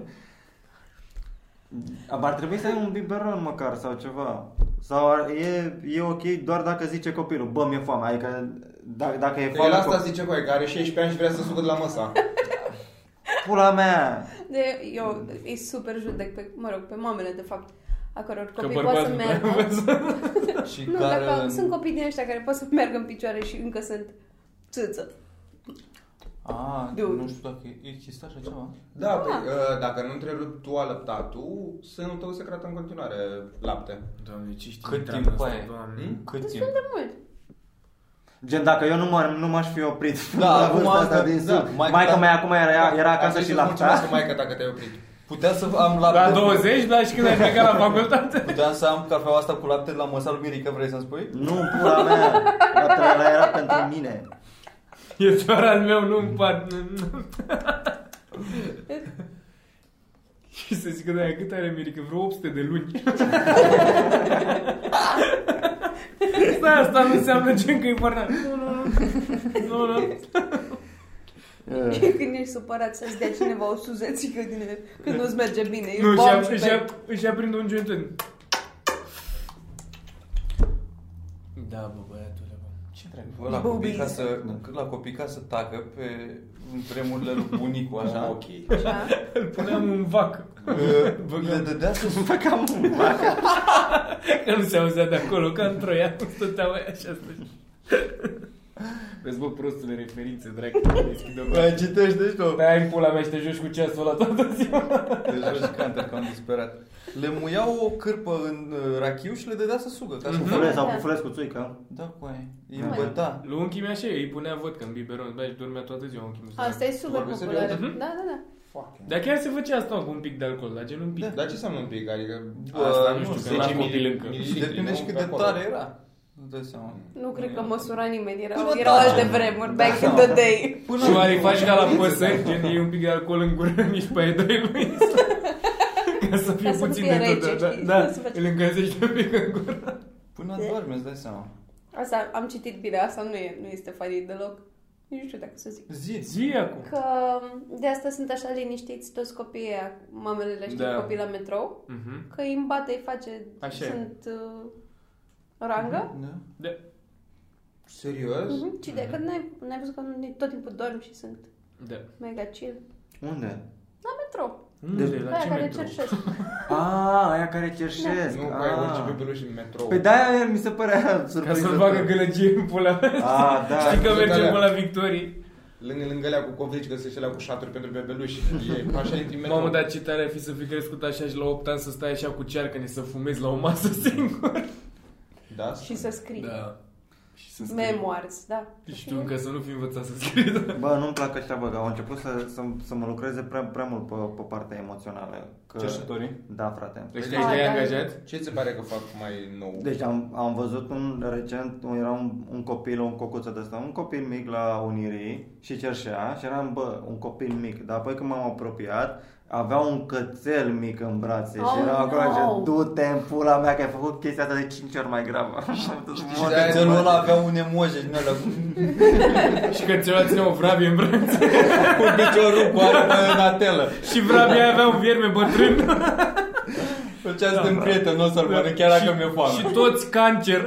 S5: da. Ar trebui să ai un biberon măcar sau ceva. Sau ar, e, e ok doar dacă zice copilul, bă, mi-e foame. Adică dacă, dacă e
S7: Că El
S5: foame,
S7: asta
S5: copil,
S7: zice cu că are 16 ani și vrea să sucă de la
S3: [laughs]
S7: măsa.
S5: pula mea.
S3: De, eu îi super judec pe, mă rog, pe mamele, de fapt, a căror
S2: Că
S3: copii poate să
S2: bărbatul
S3: meargă.
S6: Și
S3: Nu,
S6: care...
S3: dacă sunt copii din ăștia care pot să meargă în picioare și încă sunt țâță.
S6: A,
S3: De unde?
S6: nu știu dacă există așa ceva.
S7: Da, da. Păi,
S3: Ah.
S7: uh, dacă nu întrerup tu alăptatul, sânul tău secretă în continuare lapte.
S2: Doamne, ce știi
S6: Cât
S2: treaba
S6: timp
S2: asta,
S6: aia e?
S2: doamne.
S7: Hmm?
S6: Cât timp?
S3: Destul de mult.
S5: Gen, dacă eu nu, m-ar, nu m-aș fi oprit [laughs]
S7: Da,
S5: la
S7: acum
S5: vârsta asta
S7: asta-
S5: din
S7: da,
S5: suc,
S7: maica
S5: maica
S7: ta-
S5: mea acum era, era acasă și la
S7: Mulțumesc, maica, dacă te-ai oprit.
S6: Putea să am lapte...
S2: La 20, dar și când ai plecat la facultate?
S6: Puteam să am cafeaua asta cu lapte de la măsa lui Mirica, vrei să-mi spui?
S5: Nu, pula mea, laptele ăla era pentru mine.
S2: E doar al meu, nu-mi par... Și să zic că de aia cât are Mirica? Vreo 800 de luni. Stai, asta nu înseamnă gen că e foarte... Nu, nu, nu. Nu, nu.
S3: Când ești supărat să-ți dea cineva o suzețică din el, când nu-ți merge bine, e
S2: Nu,
S3: bomb
S2: și-a,
S3: pe-
S2: și-a, și-a prinde un joint Da, bă, băiatule, bă. Ce trebuie?
S6: La
S3: Bău,
S6: copii, ca
S3: bine.
S6: să, la copii ca să tacă pe vremurile lui bunicul,
S7: Da,
S6: așa.
S7: ok.
S3: Da.
S2: Îl puneam în vac.
S6: Uh, Le dădea să
S5: Făcam un bac.
S2: Că nu se auzea de acolo, ca în Troia. Stăteau aia așa, stăteau. Vezi, bă, prostule, referințe, dracu, deschidă
S6: Mai citești, deci tu.
S2: Pe aia în pula mea și te joci cu ceasul ăla toată ziua.
S6: Te joci canter, Deci că am disperat. Le muiau o cârpă în uh, rachiu și le dădea să sugă. Ca să
S5: Pufulez, sau
S3: Da.
S5: pufulez cu țuica.
S6: Da, cu aia. Îi
S3: Da.
S6: băta.
S2: Lui unchi mi așa, îi punea vodka în biberon, băi, și dormea toată ziua unchi
S3: Asta e super
S7: Vorbesc
S3: populară. Da,
S2: serios? Mhm.
S3: da, da.
S7: Fucking.
S2: Dar chiar se făcea asta cu un pic de alcool, dar gen un pic.
S7: Dar Da, ce înseamnă un pic? Adică...
S6: Bă,
S7: asta
S2: nu știu,
S7: știu,
S2: că
S7: 10
S2: la copil
S7: mili-
S2: încă.
S7: mililitri,
S6: Depinde
S7: nu?
S6: și cât
S7: Pe
S6: de
S7: acolo.
S6: tare era. Nu dai seama.
S3: Nu cred că măsura nimeni, erau,
S6: Până
S3: erau
S6: tace.
S3: alte vremuri, back in the day.
S2: Până și oare faci ca la păsări, gen iei un pic de alcool în gură, [laughs] mici pe ai doi
S3: [laughs]
S2: lui. Ca să fie
S3: Ca să nu
S2: puțin
S3: fie
S2: de tot,
S3: rece,
S2: da, da,
S3: știi?
S2: da,
S3: Să faci-
S2: îl încălzești un pic în gură.
S6: Până doarme, îți dai seama.
S3: Asta am citit bine, asta nu e, nu este funny deloc. Nici nu știu dacă să zic.
S6: Zi.
S2: Zi acum.
S3: Că de asta sunt așa liniștiți toți copiii ăia, mamele le știu
S2: Da.
S3: da. copii la metrou,
S2: Mhm.
S3: că îi îmbate, îi face,
S2: Așa e. Mhm.
S3: sunt uh, rangă.
S6: Da.
S2: Da.
S7: Serios?
S3: Mhm. Și de când n-ai, n-ai văzut că nu- tot timpul dorm și sunt
S2: Da.
S3: mega chill.
S5: Unde?
S3: La metrou,
S2: Unde?
S3: la
S2: La
S3: aia
S2: ce
S3: care
S2: metro? [laughs]
S3: cerșesc.
S5: A, Ah, aia care cerșesc.
S7: Nu, că
S5: a.
S7: ai urci pe peluși în metrou.
S5: Ah. Păi de-aia mi se părea
S2: Ca
S5: surprinzător.
S2: să-l facă gălăgie în pula mea.
S5: A, da.
S2: Știi că
S7: știu că
S2: mergem
S7: alea.
S2: până la victorii.
S7: Lângă, lângă alea cu covrici, că se alea cu șaturi pentru bebeluși. E, așa intri în metrou.
S2: Mamă, dar ce tare ar fi să fi crescut așa și la 8 ani să stai așa cu cearcăne să fumezi la o masă singur.
S7: Da?
S3: și să scrii.
S2: Da. Și să scrii.
S3: Memoirs, da.
S2: Și tu încă să nu fi învățat să scrii. da.
S5: Bă, nu-mi plac ăștia, bă, că au început să, să, să mă lucreze prea, prea mult pe, pe partea emoțională. Că...
S6: Cerșătorii?
S5: Da, frate.
S2: Deci
S3: Ah,
S2: te-ai
S3: da.
S2: angajat?
S7: Ce ți se pare că fac mai nou?
S5: Deci am, am văzut un recent, un, era un, un copil, un cocuță de ăsta, un copil mic la Unirii și cerșea și eram, bă, un copil mic. Dar apoi când m-am apropiat, avea un cățel mic în brațe și
S3: Oh,
S5: era acolo
S3: no!
S5: așa, du-te în pula mea că ai făcut chestia asta de 5 ori mai gravă.
S7: și
S5: Mă,
S7: de-aia
S5: de-
S6: Cățelul ăla avea un emoji din ăla [laughs] cu
S2: Și că ți-o ține o vrabie în braț.
S6: cu piciorul cu armă în atelă.
S2: Și vrabia avea un vierme bătrân
S6: Făcea să un prieten, nu o să-l mănânc, chiar dacă mi-e foame.
S2: Și toți cancer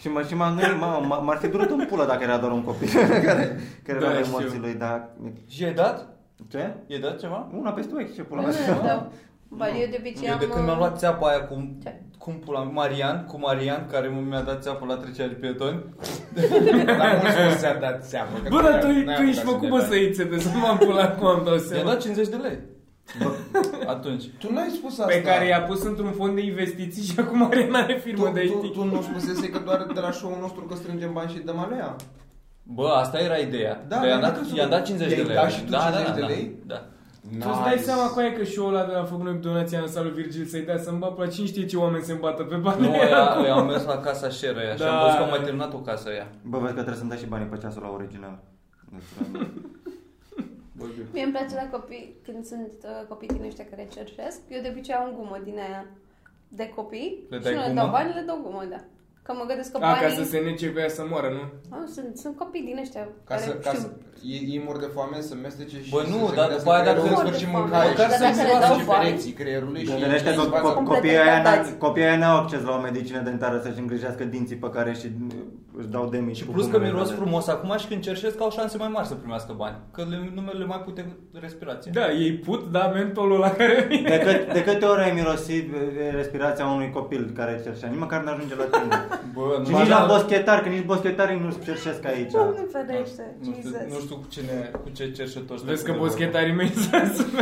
S5: Și mă, și m-am gândit, mamă, m- m-ar fi durut în pulă dacă era doar un copil care, care
S2: Da,
S5: da, avea
S2: știu.
S5: emoții lui, dar...
S6: Și ai dat?
S5: Ce?
S6: I-ai dat ceva?
S5: Una peste ochi, ce pula
S3: Nu,
S5: mea.
S3: [laughs] nu, da. Ba, eu de obicei Deci
S6: Eu
S3: am... uh,
S6: de când mi-am luat țeapa aia cu,
S3: Ce?
S6: cum pula, Marian, cu Marian, care mi-a dat țeapă la trecerea de pietoni,
S7: Dar mulți nu se-a dat seama. că
S2: Bă, dar tu,
S7: n-ai apucat
S2: tu ești făcut bă
S7: dai.
S2: să iei țepe Să m-am pula acum am dau
S6: i-a
S2: seama
S6: dat 50 de lei. Atunci.
S7: Tu n-ai spus asta.
S2: Pe care i-a pus într-un fond de investiții Și acum are n-are firmă
S7: tu,
S2: de
S7: tu,
S2: IT
S7: tu nu spusese că doar de la show-ul nostru că strângem bani și dăm aluia?
S6: Bă, asta era ideea.
S7: Da,
S6: Dar i-a
S7: dar
S6: dat,
S7: nu
S6: i-a dat 50 de
S7: i-ai
S6: lei.
S7: dat și tu
S6: da,
S7: 50
S6: da,
S7: de
S6: da,
S7: lei?
S6: Da.
S2: Tu îți dai seama cu aia că și-o ăla de la făcut noi cu donația în sală Virgil Să-i dea să-mi bapă la cine știe ce oameni se îmbată pe bani
S6: Nu,
S2: [laughs]
S6: ea, eu am mers la casa share aia și
S2: Da.
S6: am văzut că am mai terminat o casă aia.
S5: Bă, vezi că trebuie să-mi dai și banii pe ceasul la original.
S3: Mie îmi place la copii, când sunt uh, copii din ăștia care cerșesc, eu de obicei am gumă din aia de copii
S6: Le
S3: și
S6: dai
S3: nu le
S6: gumă?
S3: dau bani, le dau gumă, da. Că mă gândesc că
S2: A, ca
S3: banii...
S2: să se nece cu ea să moară, nu?
S3: Ah, sunt, sunt copii din ăștia
S7: Ca
S3: care
S7: să, ca
S3: știu.
S7: să, ei, ei mor de foame, să mestece și
S6: Bă,
S7: să
S6: nu,
S7: se
S6: dar
S7: gândească
S6: după aia
S7: că
S6: dacă
S7: rău în
S6: mor
S3: de
S7: sfârșit
S3: foame.
S7: mâncare
S6: Măcar
S7: și
S6: să
S7: să
S6: le dau
S7: se
S3: bani.
S7: pereții creierului Păi și
S5: Gândește
S7: și
S5: că
S7: fața-
S5: co-
S3: Complet
S5: copiii aia
S3: degradați.
S5: n-au- copiii aia n-au acces la o medicină dentară să-și îngrijească dinții pe care și uh, își dau de mici.
S6: Și
S5: cu
S6: plus că
S5: gumele
S6: miros
S5: de-
S6: frumos acum și când cerșesc au șanse mai mari să primească bani. Că le, numele mai pute respirație.
S2: Da, ei put, da, mentolul la care vine
S5: uh, De, cât, de câte ori ai mirosit e, respirația unui copil care cerșea? Nici măcar n-ajunge la tine.
S6: Bă,
S5: Și
S6: nu,
S5: nici
S6: știu-
S5: la boschetar, că nici boschetarii nu cerșesc aici.
S3: Doamne ferește,
S6: nu, știu, nu
S3: Jesus.
S6: știu cu cine, cu ce cerșători
S2: Vezi
S6: stai
S2: că
S6: de vorbă.
S2: boschetarii mei [laughs] sunt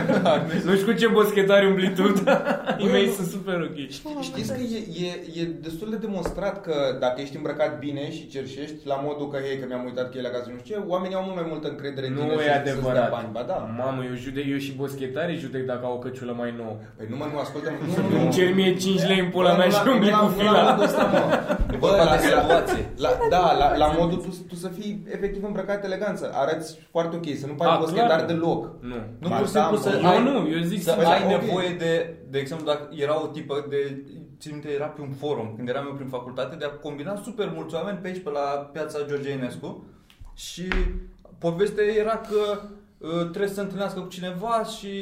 S2: Nu știu cu ce boschetari umbli tu, dar ei mei sunt super ok.
S7: Știți că e, e, e destul de demonstrat că dacă ești îmbrăcat bine și cerșești, la modul că, hei, că mi-am uitat cheile acasă, nu știu ce, oamenii au mult mai multă încredere în
S2: Nu
S7: tine
S2: e
S7: să- să-ți dea
S2: adevărat.
S7: bani. Ba da.
S2: Mamă, eu judec, eu și boschetarii judec dacă au o căciulă mai nouă.
S7: Păi nu mă, nu ascultă. Nu, nu,
S2: Îmi
S7: nu.
S2: cer mie 5 lei în pula mea și umbli cu fila.
S7: Bă, la, la, la, da, la, la modul tu, tu să fii efectiv îmbrăcat eleganță. Arăți foarte ok, să nu
S2: A,
S7: pari boschetar
S2: Da, clar.
S7: deloc.
S2: Nu.
S6: Nu
S7: Ba
S6: pur și
S7: da,
S6: simplu
S7: mă.
S6: să
S2: Eu
S6: ai,
S2: nu, eu zic
S6: să
S2: să-
S6: ai
S7: ok.
S6: nevoie de, de exemplu, dacă era o tipă de, țin minte, era pe un forum, când eram eu prin facultate, de a combina super mulți oameni pe aici, pe la piața George Enescu și povestea era că uh, trebuie să se întâlnească cu cineva și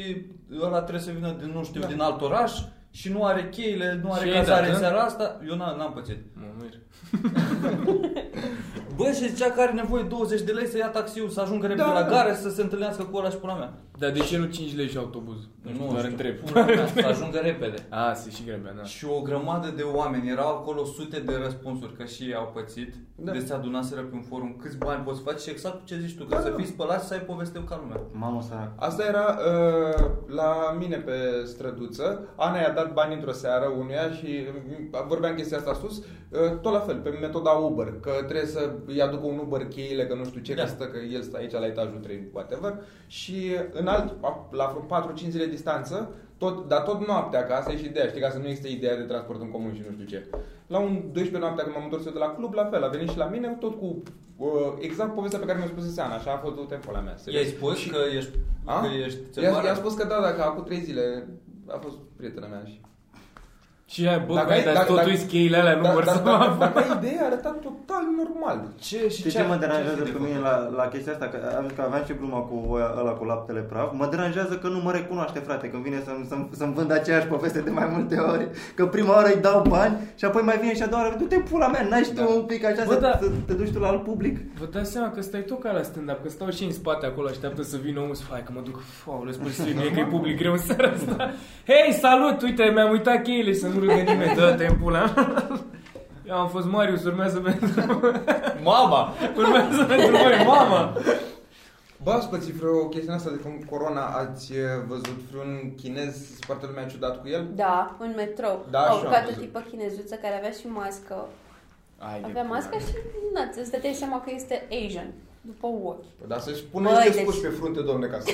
S6: ăla trebuie să vină din, nu știu, din alt oraș și nu are cheile, nu
S2: Și
S6: are
S2: ei
S6: cazare în
S2: dacă?
S6: seara asta. Eu n-am, n-am pățit.
S2: Mă, mir.
S6: Bă, și zicea că are nevoie 20 de lei să ia taxiul, să ajungă repede
S7: Da,
S6: la
S7: da.
S6: gară, să se întâlnească cu ăla și pula mea.
S2: Dar de ce nu 5 lei și autobuz? Nu știu, doar
S6: știu,
S2: întreb.
S6: pula mea, Să ajungă repede.
S2: A, se și grebea, da.
S6: Și o grămadă de oameni, erau acolo sute de răspunsuri că și ei au pățit, da. de se adunaseră pe un forum câți bani poți face și exact cu ce zici tu, că da, să fii spălat și să ai povesteu ca lumea.
S5: Mamă, sărac.
S7: Asta era uh, la mine pe străduță. Ana i-a dat bani într-o seară unuia și mm, vorbeam chestia asta sus. Uh, tot la fel, pe metoda Uber, că trebuie să îi aducă un Uber cheile, că nu știu ce,
S6: Da.
S7: că, stă, că el stă aici la etajul 3, whatever. Și în alt, la vreo 4-5 zile distanță, tot, dar tot noaptea, că asta e și ideea, știi, ca să nu există ideea de transport în comun și nu știu ce. La un 12 noaptea când m-am întors eu de la club, la fel, a venit și la mine, tot cu uh, exact povestea pe care mi-a spus Ana, așa a fost tot timpul la mea.
S6: I-ai
S7: serios.
S6: spus
S7: Și-
S6: că ești,
S7: a?
S6: că ești
S7: I-a,
S6: țepoară?
S7: i-a spus că da, dacă acum trei zile a fost prietena mea și...
S2: Și ai, bă,
S7: Dacă
S2: dacă,
S7: ai-
S2: dar
S7: dacă-
S2: totuși
S7: dacă-
S2: cheile alea nu
S7: Dar-
S2: vor
S7: dar-
S2: să mă
S7: dar-
S2: apuc.
S7: Dacă ai idee, arăta total normal.
S6: ce și
S5: Știi
S6: ce,
S5: ce mă
S6: ai-
S5: deranjează
S6: ce ai
S5: pe
S6: de
S5: mine
S6: făcut?
S5: la, la chestia asta? Că, am zis că aveam și gluma cu ăla cu laptele praf. Mă deranjează că nu mă recunoaște, frate, când vine să-mi, să-mi, să-mi vând aceeași poveste de mai multe ori. Că prima oară îi dau bani și apoi mai vine și a doua oară, du-te pula mea, n-ai și tu un pic așa
S2: Bă,
S5: să,
S2: da.
S5: să, te duci tu la alt public.
S2: Vă dați seama că stai tu ca la stand-up, că stau și în spate acolo, așteaptă să vină omul să fai, că mă duc, fau, le spui să mie că e public greu în seara asta. Hei, salut, uite, mi-am uitat cheile și să nu râdă nimeni, dă-te în pula. mea. Eu am fost Marius, urmează pentru,
S6: Mama!
S2: urmează pentru voi, mama.
S7: Bă, ați pățit vreo chestie asta de cum corona, ați eh, văzut vreun chinez, foarte lumea ciudat cu el?
S3: Da, în metrou.
S7: Da, și
S3: Au
S7: eu am
S3: urcat o
S7: văzut.
S3: tipă chinezuță care avea și mască.
S2: Ai de
S3: Avea
S2: pula
S3: mască
S2: mea.
S3: și na, îți dădeai seama că este Asian. După ochi.
S7: Păi, dar să-și pună
S3: Băi,
S7: niște spuși
S3: deci-
S7: pe frunte, domne, ca să...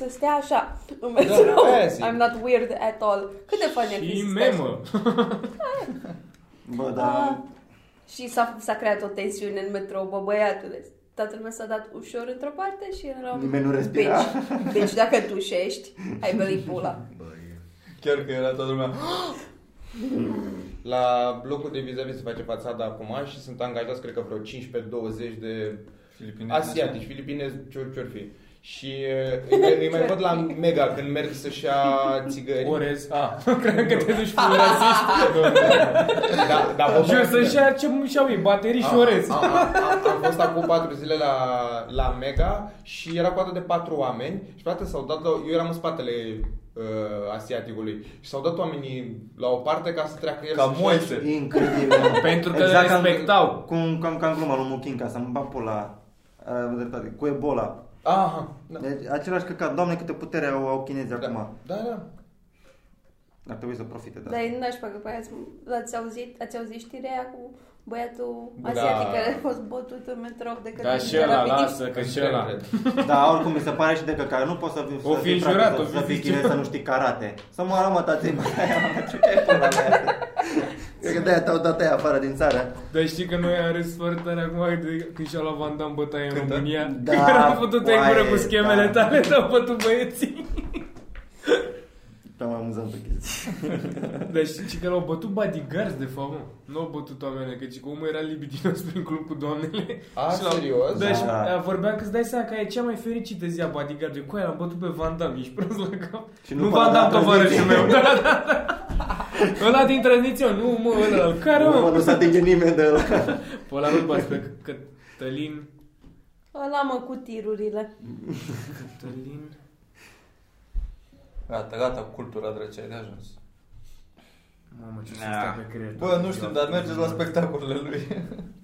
S3: Să stea așa în metrou.
S7: aia zic.
S3: I'm not weird at all. Cât de funny ar fi să stai
S2: Da, Și
S3: așa. Ah.
S2: memă.
S5: Bă, da.
S3: Și s-a, s-a creat o tensiune în metrou, bă băiatule. Toată lumea s-a dat ușor într-o parte și era...
S5: Nimeni nu respira.
S3: Ah. Deci, deci dacă tușești, ai
S5: [laughs]
S3: bălit pula.
S6: Chiar că era toată lumea.
S7: [gasps] La blocul de vis-a-vis se face fațada acum și sunt angajați, cred că vreo 15-20 de
S6: Filipinezi.
S7: asiatici, filipinezi, ce ce or fi. Și eh, îi, îi mai văd la Mega când merg să-și ia țigări.
S2: Orez. A, [laughs] cred că te duci cu un rasist.
S7: Da, da, bă,
S2: Și o
S7: bă,
S2: să-și ia ce și-au ei, baterii și
S7: Am-
S2: orez.
S7: Am, am, am fost acum 4 zile la, la Mega și era coadă de 4 oameni și frate s-au dat la, eu eram în spatele uh, asiaticului și s-au dat oamenii la o parte ca să treacă el
S6: Ca
S7: să-și-
S6: Moise.
S5: Incredibil.
S2: [laughs]
S5: Exact
S2: Pentru că le respectau.
S5: Cum, cum, cam, cam gluma lui Muchinca, să-mi bag pula. Are dreptate, cu Ebola.
S7: Aha, da.
S5: Deci, același căcat, doamne, câte putere au, au chinezii
S7: Da,
S5: acum.
S7: da, da.
S5: Ar trebui să profite da. de
S3: Dar
S5: asta.
S3: e nașpa că pe aia ați, ați auzit, ați auzit știrea aia cu băiatul
S7: Da.
S3: asiatic care a fost bătut în metrou de către
S2: Da, și ăla, lasă, că și ăla.
S5: Da, oricum mi se pare și de căcat. Nu poți să fii,
S2: O
S5: să
S2: fi
S5: fii,
S2: înjurat,
S5: frate,
S2: o
S5: să,
S2: fi
S5: să fii
S2: zis
S5: chinez,
S2: ceva.
S5: să nu știi karate. Să moară mă tații [laughs] mă, aia, ce ai pula mea? Cred că de-aia te-au dat aia afară din țară.
S2: Dar știi că noi am râs foarte tare acum de, când și-a luat Van Damme bătaie în
S6: Când a-
S2: România.
S5: Da,
S2: când era putut în gură cu
S5: coaie,
S2: schemele
S5: da.
S2: tale, te-au bătut băieții.
S5: Pe mai amuzant pe chestii.
S2: Dar știi și că l-au bătut bodyguards, de fapt, mă. Nu au bătut oameni, că ci că omul era libidinos [laughs] prin club cu doamnele.
S7: A,
S2: Și l-au-
S7: serios?
S2: Da, și
S5: Da.
S2: a, vorbeam că îți dai seama că e cea mai fericită zi a bodyguard. Cu aia l-am bătut pe Van Damme, ești prost la cap.
S5: Și
S2: nu,
S5: nu
S2: Van
S5: Van
S2: Damme,
S5: Damme,
S2: tovarășul meu. [laughs] Da, da, da. Ăla din tranziție, nu mă, ăla. Care,
S5: Nu, mă, nu
S2: mă?
S5: se atinge nimeni de ăla.
S2: Pe ăla nu-l bați pe Cătălin.
S3: Ăla mă cu tirurile.
S2: Cătălin...
S6: Gata, gata, cultura drăcea, de ajuns.
S2: Mamă, ce să
S6: Na.
S2: stai pe creier.
S6: Bă, nu știu, dar mergeți la spectacolele lui.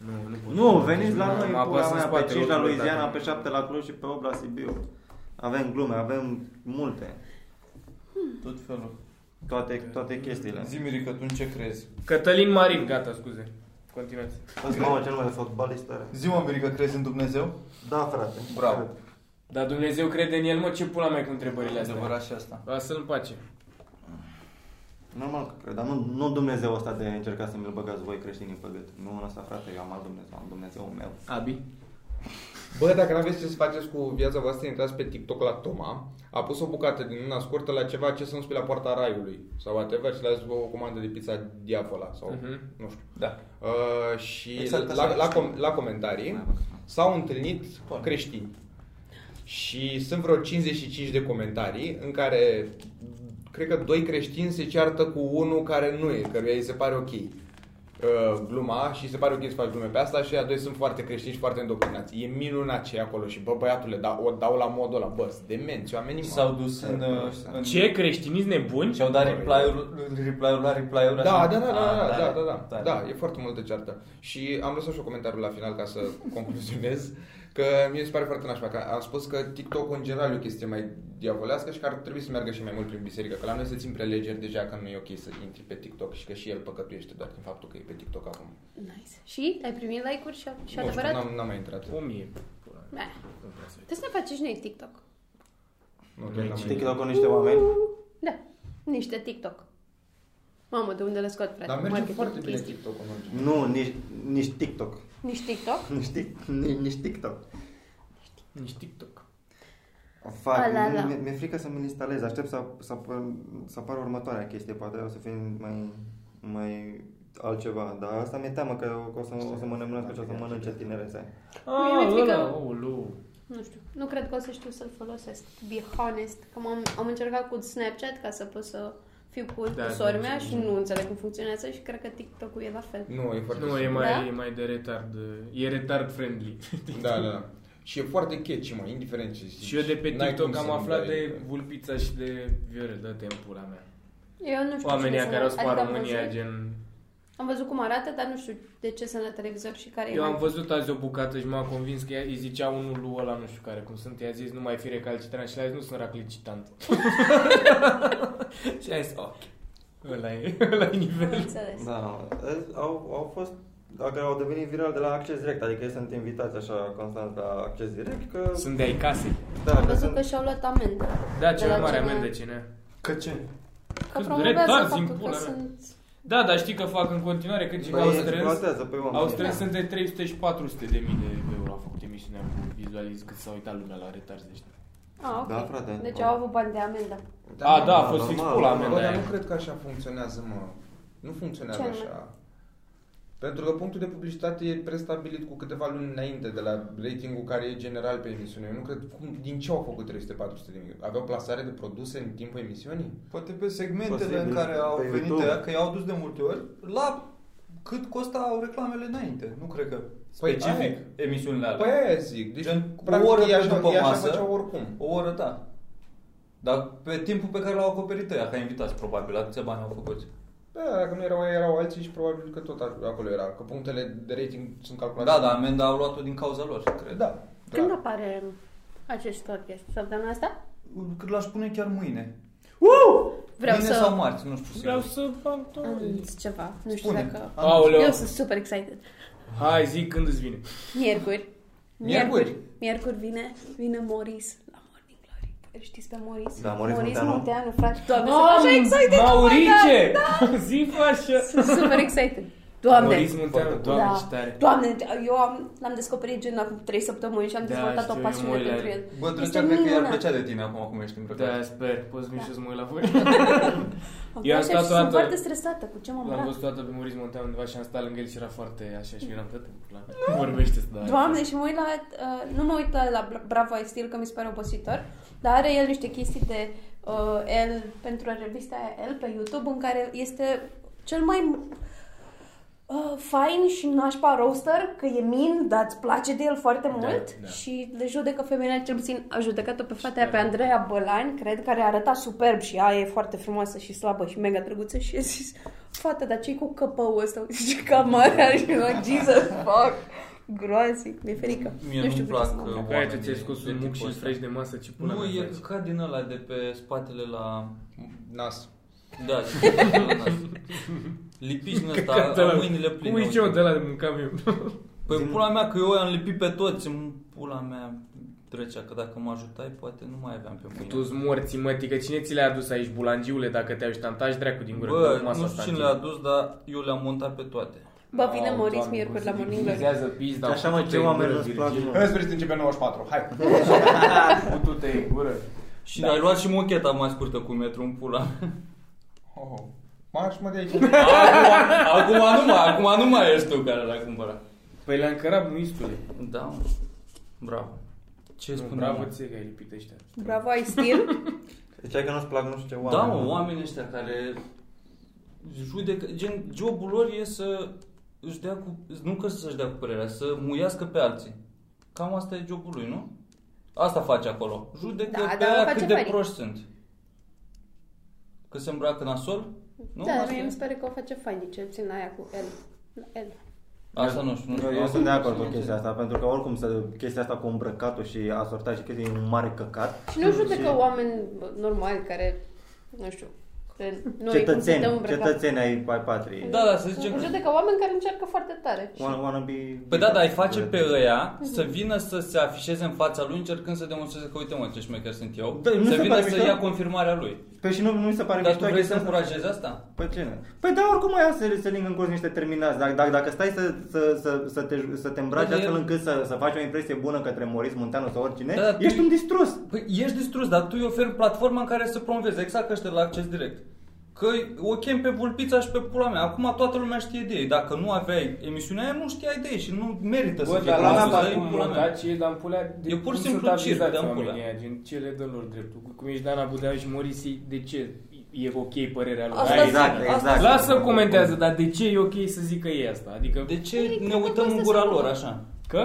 S2: Nu, nu pot.
S5: [laughs] Nu, veniți la
S2: Mă
S5: noi,
S2: apasă
S5: pula
S2: în
S5: mea, pe
S2: spate
S5: 5 la
S2: oricum, da.
S5: Louisiana,
S2: dacă-
S5: pe 7 la Cluj și pe 8 la Sibiu. Avem glume, avem multe.
S6: Tot felul.
S5: Toate, toate chestiile.
S6: Da. Zi, Mirica, tu în ce crezi?
S2: Cătălin Marin, gata, scuze. Continuați.
S5: Îți mamă cel mai fotbalist are.
S6: Zi, mă, Mirica, crezi în Dumnezeu?
S5: Da, frate.
S6: Bravo.
S2: Dar Dumnezeu crede în el, mă, ce pula mea cu întrebările astea?
S6: Adevărat și asta.
S2: Lasă-l în pace.
S5: Normal că cred, dar nu, nu Dumnezeu ăsta de încerca să mi-l băgați voi creștinii pe gât. Nu în ăsta, frate, eu am alt Dumnezeu, am Dumnezeul meu.
S2: Abi.
S7: Bă, dacă nu aveți ce să faceți cu viața voastră, intrați pe TikTok la Toma. A pus o bucată din una scurtă la ceva ce să nu spui la poarta raiului sau whatever și le-a zis o comandă de pizza diavola sau
S2: Mhm.
S7: nu știu.
S6: Da.
S7: Uh, și
S6: Exact
S7: la,
S6: așa.
S7: la, com- la comentarii s-au întâlnit creștini. Și sunt vreo 55 de comentarii în care cred că doi creștini se ceartă cu unul care nu e, căruia îi se pare ok uh, gluma și se pare ok să faci glume pe asta și a doi sunt foarte creștini și foarte îndoctrinați. E minunat ce e acolo și bă băiatule, da, o dau la modul ăla, bă, sunt demenți, oamenii mă.
S6: S-au dus în... uh, în-
S2: Ce, creștinism nebuni?
S6: Și-au dat reply-uri, reply-uri la reply-uri.
S7: Da,
S6: așa?
S7: da, da, da,
S6: Ah,
S7: da, da,
S6: tare,
S7: da, da,
S6: tare.
S7: da, e foarte multă ceartă. Și am lăsat și eu comentariul la final ca
S2: [laughs]
S7: să concluzionez, că mi se pare foarte nașpa, că am spus că TikTok în general e o chestie mai diavolească și că ar trebui să meargă și mai mult prin biserică, că la noi se țin prelegeri deja că nu e ok să intri pe TikTok și că și el păcătuiește doar din faptul că e pe TikTok acum.
S3: Nice. Și? Ai primit like-uri și, și
S7: Nu știu,
S3: adevărat?
S7: n-am, n-am mai intrat.
S2: O mie. pula mea,
S3: Bă,
S2: nu vreau să-
S3: Trebuie să ne facem și noi TikTok.
S7: Nu, chiar n-am mai intrat.
S5: TikTok cu niște oameni.
S3: Da. Niște TikTok. Mamă, de unde le scot, frate?
S7: Dar merge
S3: Marketing,
S7: foarte bine
S3: chestii.
S7: TikTok-ul în orice.
S5: Nu, nici, nici TikTok. [laughs]
S3: Nici TikTok?
S5: Nici, tic- ni- nici TikTok.
S2: Nici TikTok.
S5: O Fac,
S3: Ba, da, da.
S5: mi- mi-e frică să mi-l instalez, aștept să, să, apă- să apară următoarea chestie, poate o să fie mai, mai altceva, dar asta mi-e teamă că o să, o să mă nemlunească și o să mănânce tinerețe.
S3: Mie mi-e
S2: Ah,
S3: frică.
S2: ăla, oulu.
S3: Nu știu. Nu cred că o să știu să-l folosesc. To be honest. Că am am încercat cu Snapchat ca să pot să fiu cool
S2: Da,
S3: cu sora
S2: da,
S3: mea
S2: da.
S3: și nu înțeleg cum funcționează și cred că TikTok-ul e la fel.
S7: Nu, e foarte
S2: Nu, e
S7: simplu.
S2: mai,
S3: Da?
S2: e mai de retard. E retard friendly.
S7: Da, da, da. Și e foarte catchy, mă, indiferent ce zici.
S2: [laughs] Și eu de pe
S7: N-ai
S2: TikTok
S7: cum să
S2: am
S7: nu
S2: aflat
S7: dai-
S2: de Vulpița și de Viorel, dă-te în pula mea.
S3: Eu nu știu
S2: Oamenii
S3: cine
S2: care au
S3: sunt.
S2: spart
S3: Adică am
S2: România,
S3: văzut-
S2: gen...
S3: Am văzut cum arată, dar nu știu de ce sunt la televizor și care
S2: Eu
S3: e
S2: am
S3: mai-
S2: văzut azi o bucată și m-a convins că ea- îi zicea unul lui ăla, nu știu care, cum sunt, i-a zis nu mai fi recalcitrant și l-a zis nu sunt recalcitrant. [laughs] și a zis, ok. Ăla e, [laughs] ăla e
S3: Am
S2: nivel.
S3: înțeles.
S5: Da, e- au, au fost, dacă au devenit viral de la Acces Direct, adică ei sunt invitați așa constant la Acces Direct, că...
S2: Sunt de ai casei.
S5: Da,
S3: Am
S5: că
S3: văzut
S5: sunt,
S3: că și-au luat amendă.
S2: Da,
S3: De
S2: cea mai
S3: la
S2: mare
S3: cine?
S2: amendă cine.
S6: Că ce?
S3: Că
S2: Cât
S3: promovează
S2: retarzi
S3: faptul
S2: în
S3: că
S2: pula mea.
S3: sunt...
S2: Da, dar știi că fac în continuare când
S6: Deci
S5: că
S2: ceva
S5: au
S2: au strâns.
S5: Păi, exploatează pe oameni.
S2: Au strâns între 300 și 400 de mii de euro a făcut emisiunea cu vizualiz cât s-a uitat lumea la retarzi ăștia.
S3: Ah, ok.
S5: Da, frate.
S3: Deci au avut bani de amendă.
S2: A, da, a
S5: normal,
S2: fost fix
S5: normal,
S2: pula
S5: normal.
S7: Bă,
S2: amenda
S7: dar
S2: aia.
S7: nu cred că așa funcționează, mă. Nu funcționează
S3: Ce anume?
S7: așa. Pentru că punctul de publicitate e prestabilit cu câteva luni înainte de la ratingul care e general pe emisiune. Eu nu cred cum, din ce au făcut 300-400 de mii. Aveau plasare de produse în timpul emisiunii?
S6: Poate pe segmentele
S5: Posibil,
S6: în care au
S5: pe
S6: venit
S5: YouTube.
S6: ea, că i-au dus de multe ori, la cât costau reclamele înainte. Nu cred că
S7: Păi,
S6: specific emisiunile alea.
S7: Păi aia zic. Deci,
S6: Gen, cu
S7: practic,
S6: o oră
S7: ei așa,
S6: după
S7: ei așa
S6: masă.
S7: făceau oricum.
S6: O oră, da. Dar pe timpul pe care l-au acoperit ăia, ca invitați, probabil, atâția bani au făcut.
S7: Da, dacă nu erau aia, erau alții și probabil că tot acolo era. Că punctele de rating sunt calculate.
S6: Da, da, amenda au luat-o din cauza lor, cred.
S7: Da.
S3: Când
S7: da.
S3: apare acest podcast? Săptămâna asta?
S6: Cât l-aș pune chiar mâine.
S3: Uh! Vreau
S6: mâine
S3: să...
S6: sau marți, nu știu
S2: Vreau
S6: sigur.
S2: să fac tot.
S3: Anunț ceva. Nu știu
S6: Spune.
S3: dacă...
S2: Mm. Aoleu.
S3: Eu sunt super excited.
S2: Hai, zi când îți vine.
S3: Miercuri.
S7: Miercuri?
S3: Miercuri vine, vine Morris la Morning Glory. Îl știți pe Morris?
S5: Da, Moris
S3: Morris
S5: Munteanu.
S3: Munteanu, frate. Doamne, sunt așa excited! Oh my
S2: Maurice!
S3: God!
S2: [laughs] Zi așa!
S3: Sunt super excited. Doamne! da.
S2: Maurice Munteanu, doamne, ce tare!
S3: Doamne, eu am, l-am descoperit gen acum 3 săptămâni și am
S2: Da,
S3: dezvoltat
S2: știu,
S3: o
S2: eu mă
S3: pasiune
S2: uit la
S3: pentru
S2: el.
S3: el.
S6: Bă,
S3: Este
S6: Drăcea, cred că i-ar
S3: Deci minunat.
S6: plăcea de tine acum cum ești îmbrăcat.
S2: Da, sper, poți să vin și să mă uit la
S3: [laughs]
S2: voi.
S3: Am
S2: Eu am
S3: plăcere
S2: stat
S3: și
S2: o
S3: sunt
S2: dată-
S3: foarte stresată cu ce m-am
S2: L-am
S3: îmbracat.
S2: văzut toată pe Maurice Munteanu undeva și am stat lângă el și era foarte așa și eram tot nu vorbește să da.
S3: Doamne, și mă uit la, uh, nu mă uit la- la Bra- Bravo Ai Stil, că mi se pare obositor, dar are el niște chestii de uh, el, pentru revista aia El pe YouTube, în care este cel mai
S8: uh, fain și nașpa roaster, că e min, dar îți place de el foarte mult
S2: da.
S8: și le judecă femeile, cel puțin a judecat-o pe fata aia, pe Andreea Bălani, cred, care arăta superb și aia e foarte frumoasă și slabă și mega drăguță și a zis, fata, dar ce cu căpăul ăsta? [laughs] Zice, ca mare și eu, Jesus, fuck, groaznic, mi-e frică.
S6: Mie
S8: nu
S6: nu-mi
S8: știu cum să
S6: plac
S8: mă
S6: uh,
S8: îmbrac.
S2: Pe aia ce
S6: oamenii
S2: ți-ai scos
S6: de
S2: un muc
S6: tipul
S2: și îl
S6: ăsta.
S2: freci de masă, ce pula
S6: Nu,
S2: mea
S6: e
S2: faci?
S6: ca din ăla de pe spatele la...
S7: Nas.
S2: [laughs]
S6: Da, [laughs] și pe spatele la nas. Lipici din ăsta,
S2: Căcatul ăla.
S6: mâinile
S2: Cum
S6: pline.
S2: e ce de la de mâncam eu?
S6: Păi pula mea că eu i-am lipit pe toți, în pula mea trecea, că dacă mă ajutai, poate nu mai aveam pe mâine.
S2: [laughs] Tu-s morții, mă, că cine ți le-a adus aici, bulangiule, dacă te-au ștantaj dracu din gură?
S6: Bă,
S2: pe masa
S6: nu știu cine
S2: asta.
S6: le-a adus, dar eu le-am montat pe toate.
S3: Bă, vine
S2: Au,
S3: Moris
S2: Doamne,
S3: miercuri
S2: cum
S3: la
S2: se
S3: Morning Glory.
S2: victimizează pizda.
S5: Deci așa, mă,
S2: putu-te
S5: ce
S6: Deci,
S2: în
S5: oameni
S2: gură,
S5: nu-ți plac,
S2: Virgil,
S5: mă?
S7: În sfârșit începe 94, hai.
S2: Putu-te în gură.
S6: Și ai luat și mocheta mai scurtă cu un metru în pula.
S7: Oh, oh. Marș mă de aici.
S6: [laughs] acum, acum, nu mai, acum nu mai ești tu care l-ai cumpărat.
S2: Păi le-a încărat muiscule.
S6: Da, mă. Bravo. Ce
S2: Nu,
S6: spune?
S2: Bravo ție că ai lipit ăștia.
S8: Bravo, ai stil?
S2: [laughs]
S5: Deci că nu-ți plac nu știu ce
S6: Da,
S5: oameni.
S6: mă, oamenii ăștia care judecă, gen, jobul lor e să își dea cu, nu că să-și dea cu părerea, să muiască pe alții. Cam asta e jobul lui, nu? Asta face acolo. Judecă
S3: Da,
S6: pe
S3: dar
S6: aia
S3: face
S6: cât de
S3: fain.
S6: proști sunt. Că se îmbracă nasol? Nu?
S3: Da,
S6: asta,
S3: mie
S6: e?
S3: îmi pare că o face fain, cel puțin aia cu el. La el.
S6: asta nu știu. nu știu.
S5: Da, Eu, eu
S6: Asta
S5: sunt de
S6: nu
S5: acord
S6: știu.
S5: cu chestia asta, pentru că oricum să, chestia asta cu îmbrăcatul și asortat și chestia e un mare căcat.
S3: Și nu judecă oameni bă, normali care, nu știu, că noi cum suntem
S5: Cetățeni,
S3: îmbrăcați.
S5: cetățeni ai, ai patriei.
S6: Da, da, să zicem că...
S3: Judecă oameni care încearcă foarte tare.
S5: Wanna, wanna be...
S6: Păi da, dar îi face pe ăia să vină să se afișeze în fața lui încercând să demonstreze că uite mă ce șmecher sunt eu,
S5: Da, nu
S6: să
S5: se
S6: vină să
S5: pare mișto?
S6: ia confirmarea lui.
S5: Păi și nu, nu mi se pare
S6: Dar tu
S5: mișto
S6: vrei să
S5: chestia asta?
S6: încurajezi asta?
S5: Păi ce nu? Păi da, oricum aia se, se lingă în curs niște terminați. Dacă, dacă, dacă stai să, să, să, să, te, să te îmbraci
S6: Dar e-
S5: astfel încât să, să faci o impresie bună către Moris Munteanu sau oricine,
S6: Da, dar tu-
S5: ești un distrus.
S6: Păi ești distrus, dar tu îi oferi platforma în care să promovezi, exact ca ăștia la acces direct. Că o chem pe vulpița și pe pula mea. Acum toată lumea știe de ei. Dacă nu aveai emisiunea aia, nu știai de ei și nu merită să
S2: Bă,
S6: fie
S2: dar la
S6: cunoscut,
S2: mea
S6: dar e
S2: acum montat și dar în pulea... de
S6: E pur și
S2: cum
S6: simplu
S2: sunt
S6: circ,
S2: avizați
S6: dar în
S2: oamenii
S6: pulea.
S2: Aia, gen, ce le dă lor dreptul? Cum ești Dana Budea și Morisi, de ce e ok părerea lui?
S8: Asta
S2: Hai,
S8: zic,
S5: Exact,
S8: asta
S5: exact.
S2: Lasă comentează, dar de ce e ok să zică ei asta? Adică,
S6: De
S3: Ei,
S6: ce
S3: cred
S6: ne
S3: că cu
S6: uităm
S3: asta
S6: în gura
S3: se
S6: lor
S3: ocupă.
S6: așa?
S2: că?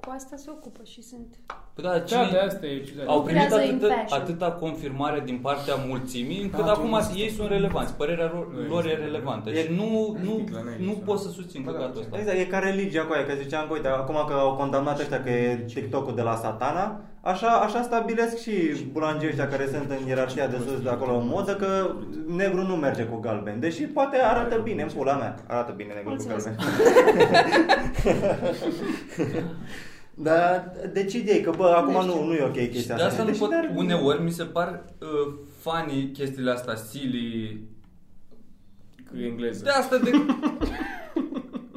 S8: Cu asta se ocupă și sunt...
S6: Păi da,
S2: Da, de
S6: cine,
S2: asta e ciudat.
S6: Au primit
S3: Lucrează in
S6: atâta,
S3: fashion.
S6: atâta confirmare din partea mulțimii, încât
S2: Da,
S6: acum
S2: tu-
S6: ei sunt relevanți. Părerea lor,
S2: Nu
S6: lor e
S2: există.
S6: relevantă.
S5: E-
S6: Și nu, nu,
S2: Știi, la
S6: nu
S2: noi există.
S6: pot să susțin căcatul ăsta.
S5: Exact, e ca religia cu aia, că ziceam, că uite, acum că au condamnat ăștia că e TikTok-ul de la satana, așa, așa stabilesc și bulangii ăștia care sunt în ierarhia de sus de acolo în modă că negru nu merge cu galben, deși poate arată bine, în pula mea, arată bine negru cu
S8: Mulțumesc.
S5: galben. [laughs] Dar decid ei că, bă,
S8: Deci-
S5: acum nu, nu e ok
S6: Și
S5: chestia Deci,
S6: de Da, asta nu
S5: Deși
S6: pot,
S5: n-ar-
S6: uneori mi se par uh, funny chestiile astea, silly.
S2: Că e engleză.
S6: De asta [laughs] de...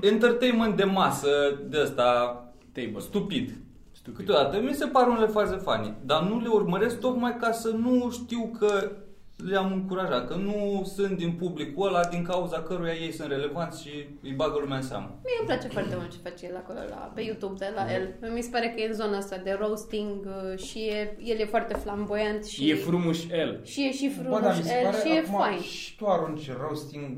S6: entertainment de masă, de asta
S2: Table.
S6: stupid.
S2: Stupid.
S6: Câteodată mi se par unele faze funny, dar nu le urmăresc tocmai ca să nu știu că le-am încurajat, că nu sunt din publicul ăla din cauza căruia ei sunt relevanți și îi bagă lumea în seamă.
S3: Mie îmi place foarte mult ce face el acolo la, pe YouTube de la el. Mi se pare că e în zona asta de roasting uh, și e, el e foarte flamboiant și
S2: E frumuș el.
S3: și e și frumos
S7: Bă, dar da, mi se
S3: el
S7: pare
S3: și e
S7: acum
S3: fain.
S7: Și tu arunci roasting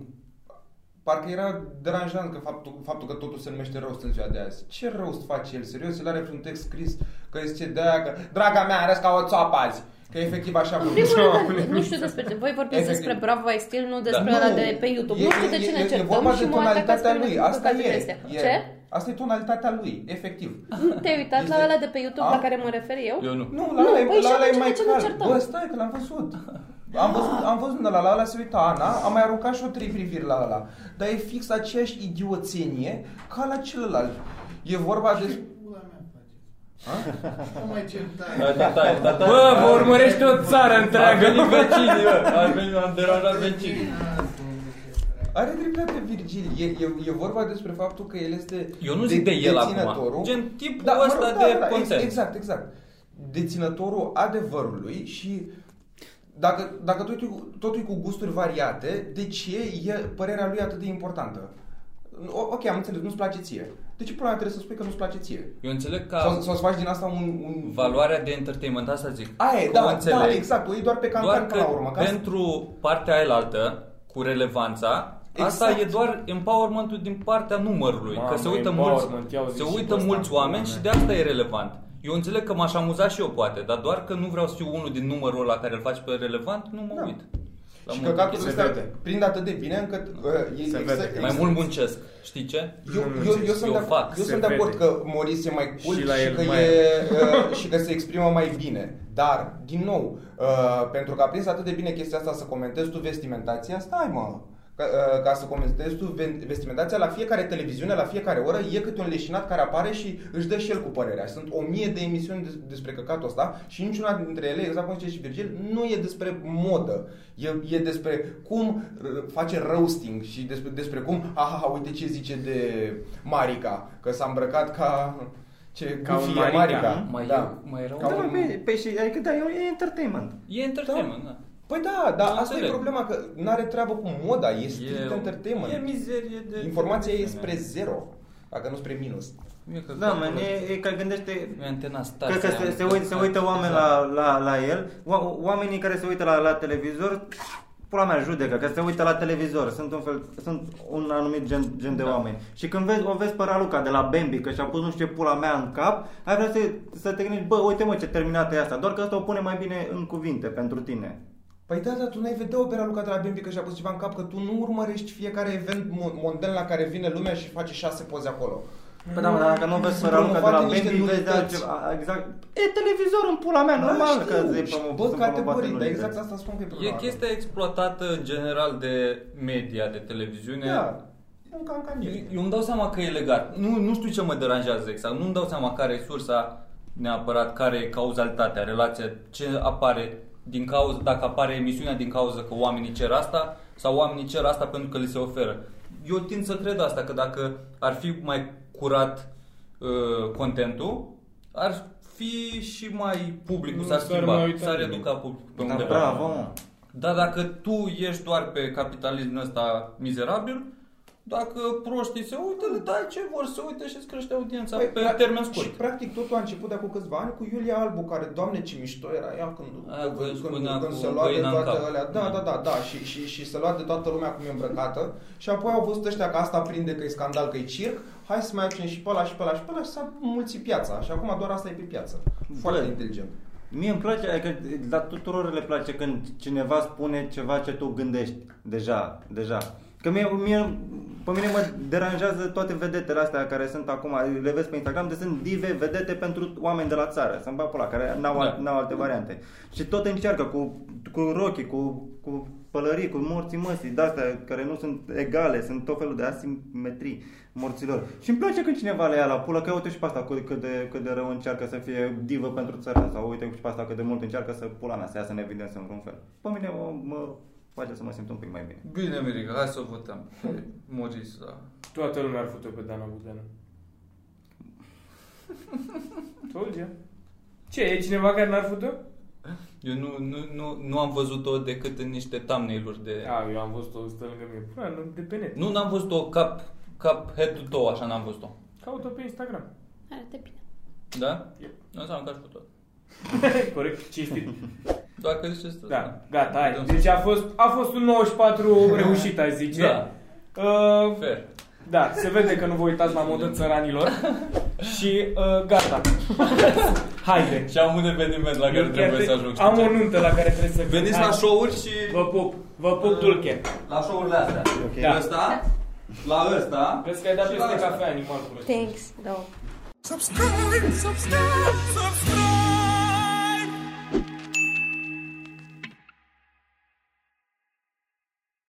S7: Parcă era deranjant că faptul, faptul că totul se numește roast în ziua de azi. Ce roast face el? Serios, el are un text scris că este de aia că... Draga mea, arăți ca o țoapă azi! Că efectiv așa
S3: În
S7: [laughs] vorbim.
S3: primul rând, nu știu despre ce. Voi vorbiți
S7: Efectiv.
S3: despre Bravo ai stil, nu despre
S6: Da.
S3: ăla de pe YouTube.
S7: Exact.
S3: nu
S7: E-
S3: știu
S7: e-
S3: de ce
S7: e-
S3: ne
S7: e,
S3: certăm
S7: vorba
S3: și
S7: de
S3: mă atacați
S7: tonalitatea
S3: pe
S7: lui.
S3: mine
S7: Asta
S3: cu
S7: e.
S3: astea.
S7: e.
S3: Ce?
S7: Asta e tonalitatea lui, efectiv.
S3: Nu te-ai uitat la
S7: Este-
S3: ăla de pe YouTube
S7: A?
S3: la care mă refer eu?
S6: Eu nu.
S7: Nu, la
S3: Nu,
S7: ăla e
S3: păi și
S7: la ăla e
S3: atunci
S7: mai
S3: de ce ne
S7: clar.
S3: certăm?
S7: Bă, stai că l-am văzut. Am văzut, am văzut la la ăla se uita Ana, am mai aruncat și o trei priviri la ăla. Dar e fix aceeași idioțenie ca la celălalt. E vorba de...
S9: Pula mea faceți. Nu mai certai.
S6: Da, da, da, da, da.
S2: Bă, vă urmărește o țară
S6: Ar
S2: întreagă.
S6: veni vecinii, bă. Ar veni, am deranjat vecinii.
S7: Are dreptate Virgil. E, e, e vorba despre faptul că el este
S6: Eu nu zic de el
S7: deținătorul- Da,
S6: acum. Gen tipul
S7: mă rog,
S6: ăsta de
S7: ex-
S6: content.
S7: Exact, exact. Deținătorul adevărului și dacă, dacă totul, e cu- totul e cu gusturi variate, de ce e părerea lui atât de importantă? O, ok, am înțeles, nu-ți place ție. De ce până la trebuie să spui că nu-ți place ție?
S6: Eu înțeleg
S7: Sau,
S6: că
S7: sau să faci din asta un... un...
S6: valoarea de entertainment, asta zic.
S7: Aia, e,
S6: Că o
S7: da,
S6: înțeleg.
S7: da, exact. O iei doar pe cancan
S6: Doar
S7: până la
S6: că
S7: urmă. Ca să-
S6: pentru partea aia altă, cu relevanța, Asta
S7: Exact.
S6: e doar empowermentul din partea numărului,
S2: Mamă,
S6: că se uită mulți,
S2: empowerment, ia uzi
S6: se
S2: și pe
S6: uită
S2: ăsta,
S6: mulți oameni
S2: bune.
S6: și de asta e relevant. Eu înțeleg că m-aș amuza și eu poate, dar doar că nu vreau să fiu unul din numărul ăla care îl faci pe relevant, nu mă da. uit. La
S7: Și
S6: mult.
S7: căcatul
S10: Se
S7: ăsta
S10: vede.
S7: prind atât de bine încât uh, ei
S10: Se
S7: exa-
S10: vede.
S7: exa-
S6: Mai mult muncesc, știi ce?
S7: Eu,
S2: Nu, nu,
S7: eu,
S2: ce
S7: eu, sunt,
S6: eu
S7: de,
S6: fac,
S7: eu
S2: se
S7: sunt de acord
S2: vede.
S7: că Moris e mai cult și,
S2: Și la el
S7: că
S2: mai-
S7: e, [laughs] uh, și că se exprimă mai bine. Dar, din nou, uh, pentru că a prins atât de bine chestia asta să comentezi tu vestimentația, stai mă! Ca, uh, ca să comentezi tu ven- vestimentația la fiecare televiziune, la fiecare oră, e câte un leșinat care apare și își dă și el cu părerea. Sunt o mie de emisiuni des- despre căcatul ăsta și niciuna dintre ele, exact cum zice și Virgil, nu e despre modă. E, e despre cum r- face roasting și despre, despre cum, aha, uite ce zice de Marica, că s-a îmbrăcat ca... Ce
S2: Ca un
S7: gufie
S2: Marica.
S7: Marica.
S6: Mai,
S7: da.
S6: e, mai erau?
S7: Ca
S11: Da,
S7: un-
S11: pe, pe, și, adică da, e un- e entertainment.
S6: E entertainment, da.
S7: Păi da, dar
S6: Nu
S7: asta e
S6: înțeleg.
S7: problema, că nu are treabă cu moda, e strict entertainment.
S6: E mizerie de...
S7: Informația e spre zero, dacă nu spre minus.
S6: Mie că-
S5: Da, man, e, e ca gândește...
S6: Mi-a antenat stația,
S5: Cred Da, că
S6: am
S5: se, se, uit, se da. uită oameni la, la, la el, O- oamenii care se uită la, la televizor, pula mea judecă, că se uită la televizor, sunt un, fel, sunt un anumit gen, gen de
S6: Da.
S5: oameni. Și când vezi, o vezi pe Raluca de la Bambi, că și-a pus nu știu ce pula mea în cap, ai vrea să, să te gândești, bă, uite mă ce terminată e asta, doar că asta o pune mai bine în cuvinte pentru tine.
S7: Păi da, dar tu n-ai vedea opera Luca de la Bambi că și-a pus ceva în cap, că tu nu urmărești fiecare event mon- mondial la care vine lumea și face șase poze acolo.
S5: Păi da, mă, dar dacă nu vezi pe
S7: Sunt
S5: Raluca de la
S7: promovate niște
S5: Bambi, vezi de
S7: nudități.
S5: altceva, exact, e televizor în pula mea, normal
S7: Da, știu,
S5: că se
S7: și
S5: promo-
S7: Bă,
S5: sunt promovate
S7: categorii, dar exact
S5: nudități.
S7: asta spun că e
S6: E
S7: problema.
S6: chestia exploatată în general de media, de televiziune.
S7: Da, e un cancan
S6: Eu eu îmi dau seama că e legat. Nu, nu știu ce mă deranjează exact. Nu îmi dau seama care e sursa neapărat, care e cauzalitatea, relația, ce apare din cauza, dacă apare emisiunea din cauza că oamenii cer asta sau oamenii cer asta pentru că li se oferă. Eu tind să cred asta, că dacă ar fi mai curat uh, contentul, ar fi și mai publicul
S2: Nu
S6: s-ar
S2: s-ar
S6: schimba,
S2: mai uita
S6: s-ar
S2: nimeni.
S6: educa publicul pe
S5: Da,
S6: undeva.
S5: bravo, mă.
S6: Dar dacă tu ești doar pe capitalismul ăsta mizerabil, dacă proștii se uită,
S2: Mm.
S6: le dai ce vor să uite și îți crește audiența
S2: Păi,
S6: pe
S2: da,
S7: pra-
S6: termen
S7: Și
S6: scurt.
S7: Păi, practic totul a început de acum câțiva ani cu Iulia Albu, care, doamne ce mișto era ea când,
S6: Aia
S7: când,
S6: că
S7: când,
S6: spunea
S7: când,
S6: cu
S7: se lua de
S6: găina în
S7: toate
S6: cap. Mm.
S7: alea. Da, da, da, da, și, și, și se lua de toată lumea cum e îmbrăcată. Și apoi au văzut ăștia că asta prinde că e scandal, că e circ. Hai să mai aducem și pe ăla și pe ăla și pe ăla și s-a mulțit piața. Și acum doar asta e pe piață. Foarte
S5: Bă.
S7: inteligent.
S5: Mie îmi place, adică, dar tuturor le place când cineva spune ceva ce tu gândești deja, deja. Că mie, mie, pe mine mă deranjează toate vedetele astea care sunt acum, le vezi pe Instagram, de sunt dive, vedete pentru oameni de la țară, sunt bapul ăla, care n-au, da.
S6: Da.
S5: n-au alte variante. Și tot încearcă cu, cu rochii, cu, cu pălării, cu morții măsii, de-astea care nu sunt egale, sunt tot felul de asimetrii morților. Și îmi place când cineva le ia la pulă, că uite și pe asta cât cât de, cât de rău încearcă să fie divă pentru țăran, sau uite și pe asta cât de mult încearcă să pula mea, să iasă în evidență în vreun fel. Pe mine mă, mă face să mă simt un pic mai bine.
S6: Bine, Mirica, hai să votăm.
S2: Mm.
S6: Moris, da.
S2: Toată lumea ar fute pe Dana
S6: [laughs]
S2: Budeanu. Told you. Ce, e cineva care n-ar fute-o?
S6: Eu nu, nu, nu, nu am văzut-o decât în niște thumbnail-uri de...
S2: A, eu am văzut-o stă lângă mine. Până nu, de pe net.
S6: Da. Nu, n-am văzut-o cap, cap head to toe, așa n-am văzut-o.
S2: Caută pe Instagram. [laughs]
S12: Arată bine.
S6: Da?
S2: Yep.
S6: Nu înseamnă că aș putea.
S2: Corect, cinstit.
S6: Dacă zici asta.
S2: Da, gata, hai. Deci a fost, a fost un 94 reușit, aș zice.
S6: Da.
S2: Uh,
S6: Fair. Da.
S2: da, se vede că nu vă uitați la modă țăranilor. Și uh,
S6: [laughs]
S2: gata. Haide.
S6: Și am un eveniment la care
S2: Eu chiar
S6: trebuie
S2: te-
S6: să ajung.
S2: Am o nuntă la care trebuie să vin.
S6: Veniți
S2: Hai.
S6: la Da. show-uri și...
S2: Vă pup, vă pup, Dulche.
S6: La show-urile astea. Okay.
S2: Da.
S6: La ăsta, la ăsta.
S2: Vezi că ai dat
S6: Și
S2: peste
S6: la ăsta.
S2: cafea animal cu
S12: Thanks, două.
S13: Subscribe, subscribe, subscribe